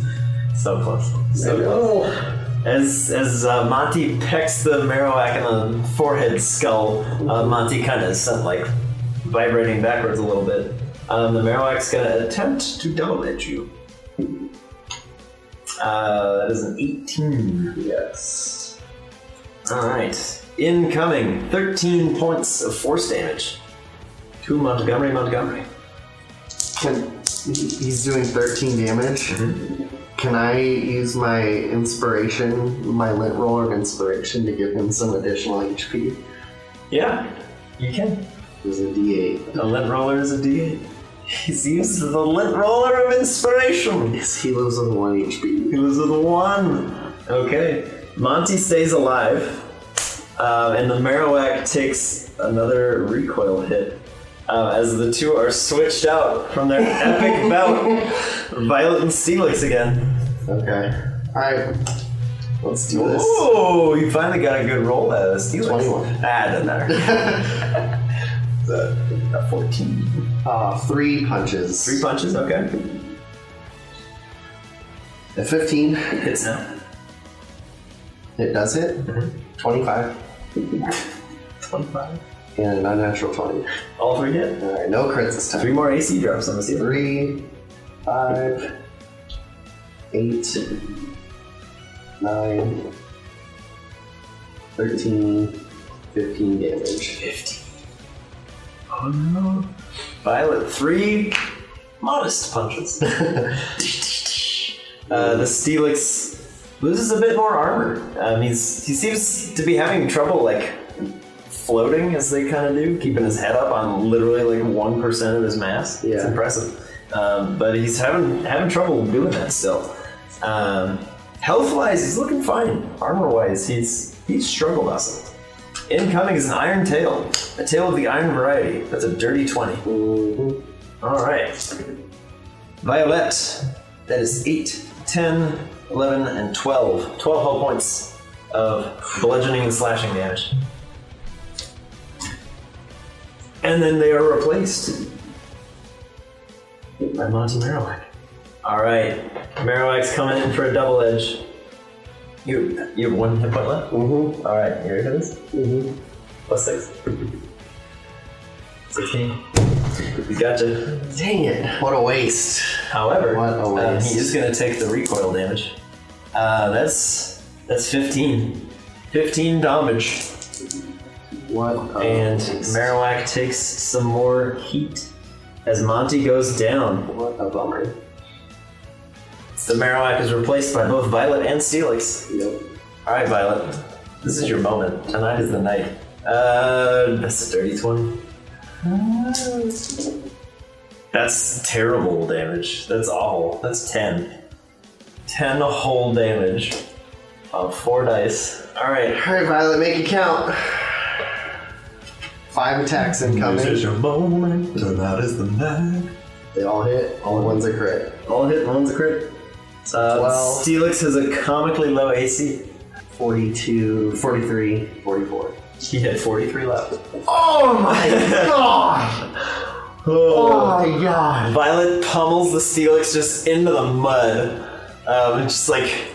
Speaker 2: So close. So
Speaker 3: I know.
Speaker 2: close. As as uh, Monty pecks the Marowak in the forehead skull, uh, Monty kind of sent like vibrating backwards a little bit. Um, the Marowak's gonna attempt to double at you. Uh, that is an 18.
Speaker 3: Yes.
Speaker 2: All right. Incoming, 13 points of force damage to Montgomery. Montgomery.
Speaker 3: Can he- he's doing thirteen damage? Can I use my inspiration, my lint roller of inspiration, to give him some additional HP?
Speaker 2: Yeah, you can.
Speaker 3: There's a D8.
Speaker 2: A lint roller is a D8. He's used the lint roller of inspiration.
Speaker 3: He lives with one HP.
Speaker 2: He was with one. Okay. Monty stays alive, um, and the Marowak takes another recoil hit. Uh, as the two are switched out from their epic bout, Violet and Steelix again.
Speaker 3: Okay. All right. Let's do this.
Speaker 2: Oh, you finally got a good roll out of Steelix.
Speaker 3: 21.
Speaker 2: Ah, doesn't matter. A 14.
Speaker 3: Uh, three punches.
Speaker 2: Three punches, okay.
Speaker 3: A Fifteen.
Speaker 2: Hits now.
Speaker 3: It does hit. Twenty-five.
Speaker 2: 25.
Speaker 3: And an unnatural 20.
Speaker 2: All three hit.
Speaker 3: Alright, no crits this
Speaker 2: Three
Speaker 3: time.
Speaker 2: more AC drops on the Steelix.
Speaker 3: Three, five, eight, nine, 13, 15 damage.
Speaker 2: 50. Oh no. Violet, three modest punches. uh, the Steelix loses a bit more armor. Um, he's, he seems to be having trouble, like, floating as they kind of do, keeping his head up on literally like 1% of his mass. It's
Speaker 3: Yeah.
Speaker 2: impressive. Um, but he's having, having trouble doing that still. Um, health wise, he's looking fine. Armor wise, he's, he's struggle awesome. Incoming is an iron tail, a tail of the iron variety. That's a dirty 20. All right. Violet, that is 8, 10, 11, and 12. 12 whole points of bludgeoning and slashing damage. And then they are replaced by Monty Marowak. All right, Marowak's coming in for a double edge. You, you have one hit point left?
Speaker 3: Mm-hmm.
Speaker 2: All right, here it is.
Speaker 3: Mm-hmm.
Speaker 2: Plus six. Sixteen. He's got you.
Speaker 3: Dang it. What a waste.
Speaker 2: However,
Speaker 3: What a
Speaker 2: um,
Speaker 3: waste.
Speaker 2: he is going to take the recoil damage. Uh, that's that's fifteen. Fifteen damage,
Speaker 3: What a
Speaker 2: and
Speaker 3: waste.
Speaker 2: Marowak takes some more heat as Monty goes down.
Speaker 3: What a bummer.
Speaker 2: The Marowak is replaced by both Violet and Steelix.
Speaker 3: Yep.
Speaker 2: All right, Violet. This is your moment. Tonight is the night. Uh, that's a dirty twenty. That's terrible damage. That's awful. That's ten. Ten whole damage of four dice. All right.
Speaker 3: All right, Violet, make it count. Five attacks incoming.
Speaker 2: your moment. Tonight is the night.
Speaker 3: They all hit. All the ones are crit.
Speaker 2: All hit, one's a crit. Uh,
Speaker 3: Twelve.
Speaker 2: Steelix has a comically low AC.
Speaker 3: 42, 43, 44.
Speaker 2: He had 43 left.
Speaker 3: Oh my god! Oh my god!
Speaker 2: Violet pummels the Steelix just into the mud. Um, and just like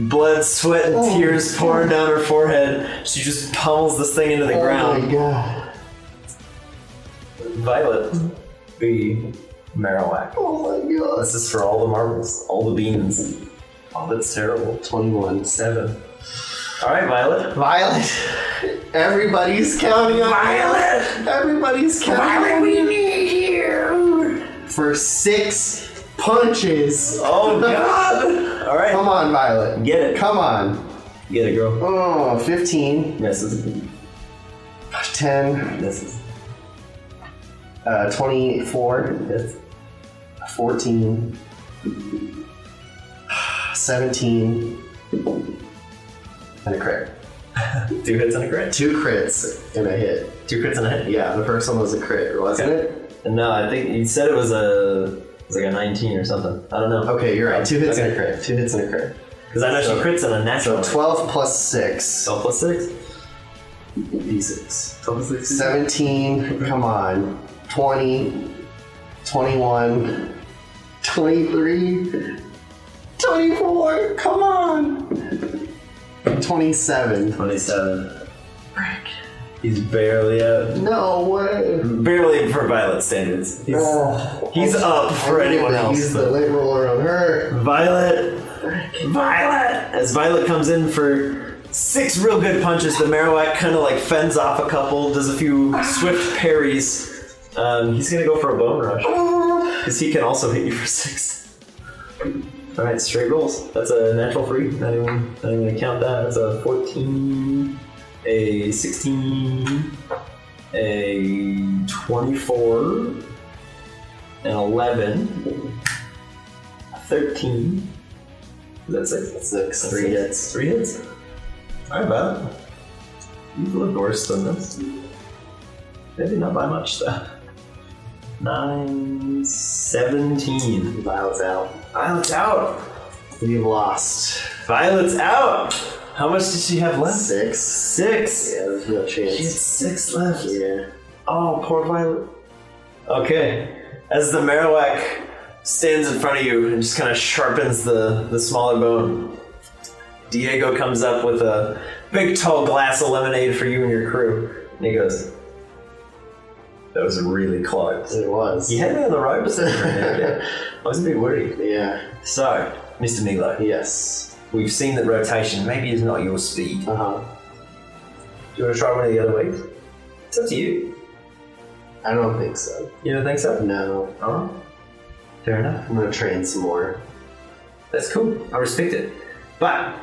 Speaker 2: blood, sweat, and
Speaker 3: Oh,
Speaker 2: tears pouring down her forehead. She just pummels this thing into the
Speaker 3: Oh
Speaker 2: ground.
Speaker 3: my god.
Speaker 2: Violet, the Marowak.
Speaker 3: Oh my god.
Speaker 2: This is for all the marbles, all the beans. Oh, that's terrible.
Speaker 3: 21.
Speaker 2: Seven. All right, Violet.
Speaker 3: Violet! Everybody's counting on
Speaker 2: Violet!
Speaker 3: Everybody's counting on
Speaker 2: we need you!
Speaker 3: for six punches.
Speaker 2: Oh, God! All right.
Speaker 3: Come on, Violet.
Speaker 2: Get it.
Speaker 3: Come on.
Speaker 2: Get it, girl.
Speaker 3: Oh, 15,
Speaker 2: Misses.
Speaker 3: 10,
Speaker 2: Misses.
Speaker 3: uh, 24,
Speaker 2: Misses.
Speaker 3: 14, 17, and a crit.
Speaker 2: Two hits and a crit.
Speaker 3: Two crits and a hit.
Speaker 2: Two crits and a hit.
Speaker 3: Yeah, the first one was a crit, wasn't it?
Speaker 2: And no, I think you said it was a it was like a 19 or something. I don't know.
Speaker 3: Okay, you're right. Two hits and a
Speaker 2: Okay.
Speaker 3: crit. Two hits and a crit.
Speaker 2: Because I know
Speaker 3: So-
Speaker 2: she crits on a
Speaker 3: So
Speaker 2: natural.
Speaker 3: 12 plus 6.
Speaker 2: So plus six.
Speaker 3: D6.
Speaker 2: Twelve plus six.
Speaker 3: 17, come on, 20, 21, 23, 24, come on, 27.
Speaker 2: 27. He's barely up.
Speaker 3: No way.
Speaker 2: Barely for Violet standards. He's,
Speaker 3: Oh,
Speaker 2: he's up for
Speaker 3: I needed
Speaker 2: anyone
Speaker 3: to
Speaker 2: else.
Speaker 3: Use the lint roller on her.
Speaker 2: Violet! Violet! As Violet comes in for six real good punches, the Marowak kind of like fends off a couple, does a few swift parries. Um, he's gonna go for a bone rush. Because he can also hit you for six. Alright, straight rolls. That's a natural three. Not even, not even gonna count that. That's a 14, a 16, a 24, an 11, 13. Is that six?
Speaker 3: Six, three hits.
Speaker 2: Three hits? Alright, Violet. You've lived worse than this. Maybe not by much, though. Nine, seventeen.
Speaker 3: Viol's out.
Speaker 2: Violet's out!
Speaker 3: We've lost.
Speaker 2: Violet's out! How much did she have left?
Speaker 3: Six.
Speaker 2: Six!
Speaker 3: Yeah, there's no
Speaker 2: She had
Speaker 3: chance.
Speaker 2: six left.
Speaker 3: Yeah.
Speaker 2: Oh, poor Violet. Okay. As the Marowak stands in front of you and just kind of sharpens the, the smaller bone, Diego comes up with a big tall glass of lemonade for you and your crew. And he goes, That was really close.
Speaker 3: It was.
Speaker 2: You had me on the right percent. I was a bit worried.
Speaker 3: Yeah.
Speaker 2: So, Mr. Milo,
Speaker 3: Yes.
Speaker 2: we've seen that rotation maybe is not your speed.
Speaker 3: Uh huh.
Speaker 2: Do you want to try one of the other ways? It's up to you.
Speaker 3: I don't think so.
Speaker 2: You don't think so?
Speaker 3: No.
Speaker 2: Oh, fair enough.
Speaker 3: I'm gonna train some more.
Speaker 2: That's cool. I respect it. But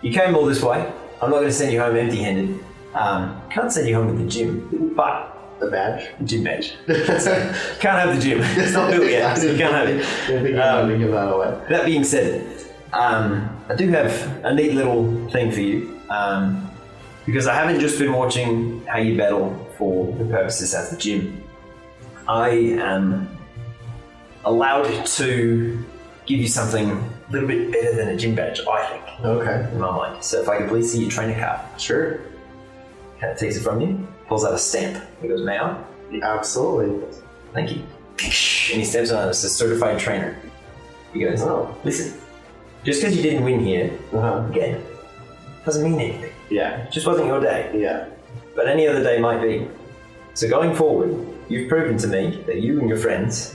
Speaker 2: you came all this way. I'm not going to send you home empty-handed. Um, can't send you home with the gym, but
Speaker 3: The badge.
Speaker 2: gym badge.
Speaker 3: Sorry.
Speaker 2: Can't have the gym. It's not built yet. so you can't have
Speaker 3: I
Speaker 2: it.
Speaker 3: think you
Speaker 2: Um,
Speaker 3: to give that away.
Speaker 2: That being said, um, I do have a neat little thing for you um, because I haven't just been watching how you battle for the purposes of the gym. I am allowed to give you something a little bit better than a gym badge, I think.
Speaker 3: Okay.
Speaker 2: in my mind. So if I could please see your trainer card.
Speaker 3: Sure.
Speaker 2: Cat takes it from you, pulls out a stamp. He goes, May I?
Speaker 3: Absolutely.
Speaker 2: Thank you. And he stamps on it. It's a certified trainer. He goes,
Speaker 3: Oh.
Speaker 2: Listen, just because you didn't win here,
Speaker 3: Uh-huh.
Speaker 2: again, doesn't mean anything.
Speaker 3: Yeah.
Speaker 2: It just wasn't your day,
Speaker 3: Yeah.
Speaker 2: but any other day might be. So going forward, you've proven to me that you and your friends,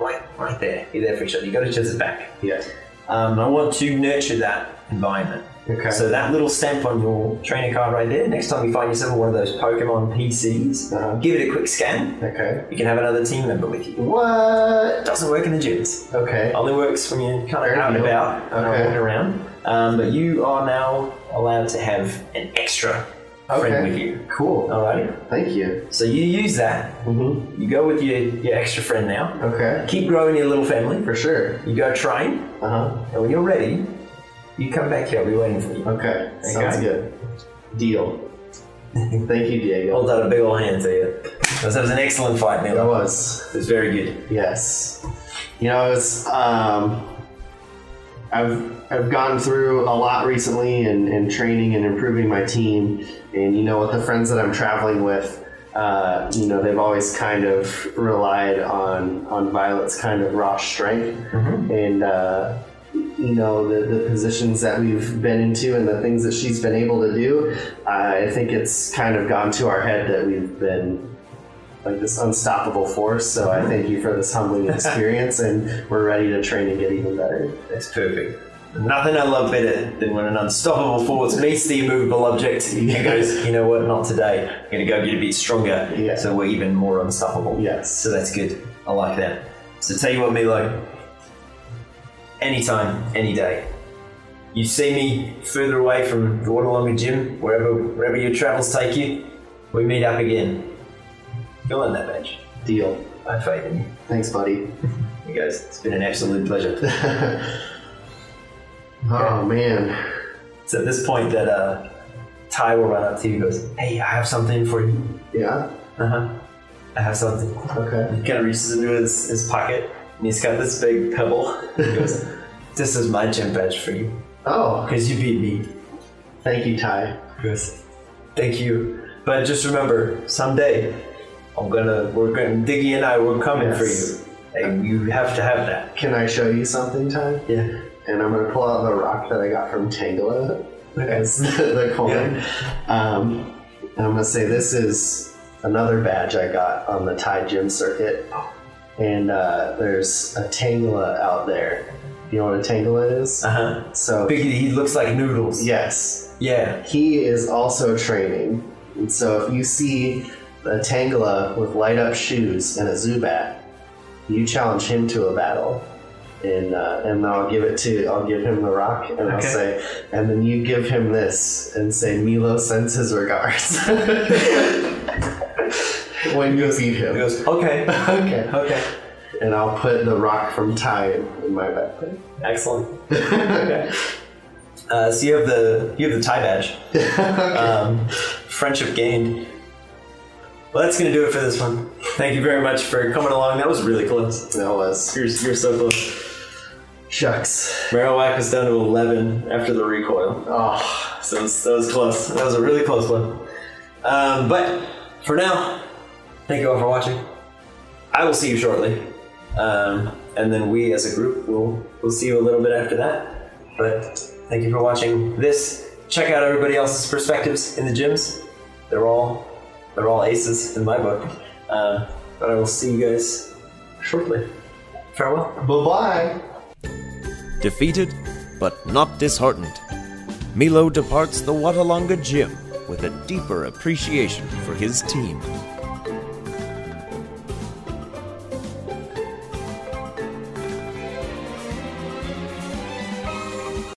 Speaker 2: right, right there, you're there for each other. You got each other's back.
Speaker 3: Yeah.
Speaker 2: Um, I want to nurture that environment.
Speaker 3: Okay.
Speaker 2: So that little stamp on your trainer card right there. Next time you find yourself in one of those Pokemon PCs,
Speaker 3: Uh-huh.
Speaker 2: give it a quick scan.
Speaker 3: Okay.
Speaker 2: You can have another team member with you.
Speaker 3: What?
Speaker 2: It doesn't work in the gyms.
Speaker 3: Okay.
Speaker 2: It only works when you're kind
Speaker 3: Fair
Speaker 2: of out and
Speaker 3: deal.
Speaker 2: about, and
Speaker 3: Okay.
Speaker 2: walking around. Um, but you are now allowed to have an extra friend
Speaker 3: Okay.
Speaker 2: with you.
Speaker 3: Cool. Oh,
Speaker 2: Alrighty.
Speaker 3: Thank you.
Speaker 2: So you use that.
Speaker 3: Mm-hmm.
Speaker 2: You go with your, your extra friend now.
Speaker 3: Okay.
Speaker 2: Keep growing your little family.
Speaker 3: For sure.
Speaker 2: You go train,
Speaker 3: Uh
Speaker 2: and when you're ready, you come back here. I'll be waiting for
Speaker 3: huh.
Speaker 2: you.
Speaker 3: Okay. Sounds
Speaker 2: Okay.
Speaker 3: good. Deal. Thank you, Diego.
Speaker 2: Hold out a big old hand to you. That was an excellent fight,
Speaker 3: That
Speaker 2: Neil.
Speaker 3: was.
Speaker 2: It was very good.
Speaker 3: Yes. You know, I was. Um, I've I've gone through a lot recently and in, in training and improving my team, and you know, with the friends that I'm traveling with, uh, you know, they've always kind of relied on on Violet's kind of raw strength, and uh, you know, the the positions that we've been into and the things that she's been able to do. I think it's kind of gone to our head that we've been like this unstoppable force. So I thank you for this humbling experience, and we're ready to train and get even better.
Speaker 2: That's perfect. Nothing I love better than when an unstoppable force meets the immovable object and goes, you know what, not today. I'm going to go get a bit stronger
Speaker 3: Yeah.
Speaker 2: so we're even more unstoppable.
Speaker 3: Yes.
Speaker 2: So that's good. I like that. So tell you what, Milo. Anytime, any day. You see me further away from the Waterlonger Gym, wherever wherever your travels take you, we meet up again. You'll earn that badge.
Speaker 3: Deal.
Speaker 2: I have faith in you.
Speaker 3: Thanks, buddy.
Speaker 2: You guys, it's been an absolute pleasure.
Speaker 3: Oh man.
Speaker 2: it's at this point that uh, Ty will run up to you and goes, Hey, I have something for you.
Speaker 3: Yeah.
Speaker 2: Uh-huh. I have something.
Speaker 3: Okay.
Speaker 2: He kind of reaches into his, his pocket and he's got this big pebble. He goes, This is my gym badge for you.
Speaker 3: Oh,
Speaker 2: Because you beat me.
Speaker 3: thank you, Ty.
Speaker 2: Yes. Thank you. But just remember, someday I'm gonna we're gonna Diggy and I we're coming
Speaker 3: Yes.
Speaker 2: for you. And you have to have that.
Speaker 3: Can I show you something, Ty?
Speaker 2: Yeah.
Speaker 3: And I'm gonna pull out the rock that I got from Tangela as the, the coin. Um, and I'm gonna say this is another badge I got on the Thai gym circuit. And uh, there's a Tangela out there. You know what a Tangela is?
Speaker 2: Uh-huh.
Speaker 3: So
Speaker 2: Biggie he looks like noodles.
Speaker 3: yes,
Speaker 2: Yeah.
Speaker 3: he is also training. And so if you see a Tangela with light up shoes and a Zubat, you challenge him to a battle. And, uh, and then I'll give it to I'll give him the rock and I'll
Speaker 2: Okay.
Speaker 3: say and then you give him this and say Milo sends his regards when you beat
Speaker 2: He
Speaker 3: him
Speaker 2: goes, Okay.
Speaker 3: okay
Speaker 2: Okay.
Speaker 3: and I'll put the rock from Ty in my backpack
Speaker 2: Excellent. Okay. Uh, so you have the you have the tie badge. um, friendship gained. Well, that's gonna do it for this one. Thank you very much for coming along. That was really close.
Speaker 3: that was
Speaker 2: You're, you're so close.
Speaker 3: shucks
Speaker 2: Marowak was down to 11 after the recoil.
Speaker 3: oh
Speaker 2: So that was, that was close. That was a really close one. Um, but for now, thank you all for watching. I will see you shortly. Um, and then we as a group will will see you a little bit after that. But thank you for watching this. Check out everybody else's perspectives in the gyms. They're all they're all aces in my book. Uh, but I will see you guys shortly. Farewell.
Speaker 3: bye bye.
Speaker 1: defeated but not disheartened. Milo departs the Watalonga gym with a deeper appreciation for his team.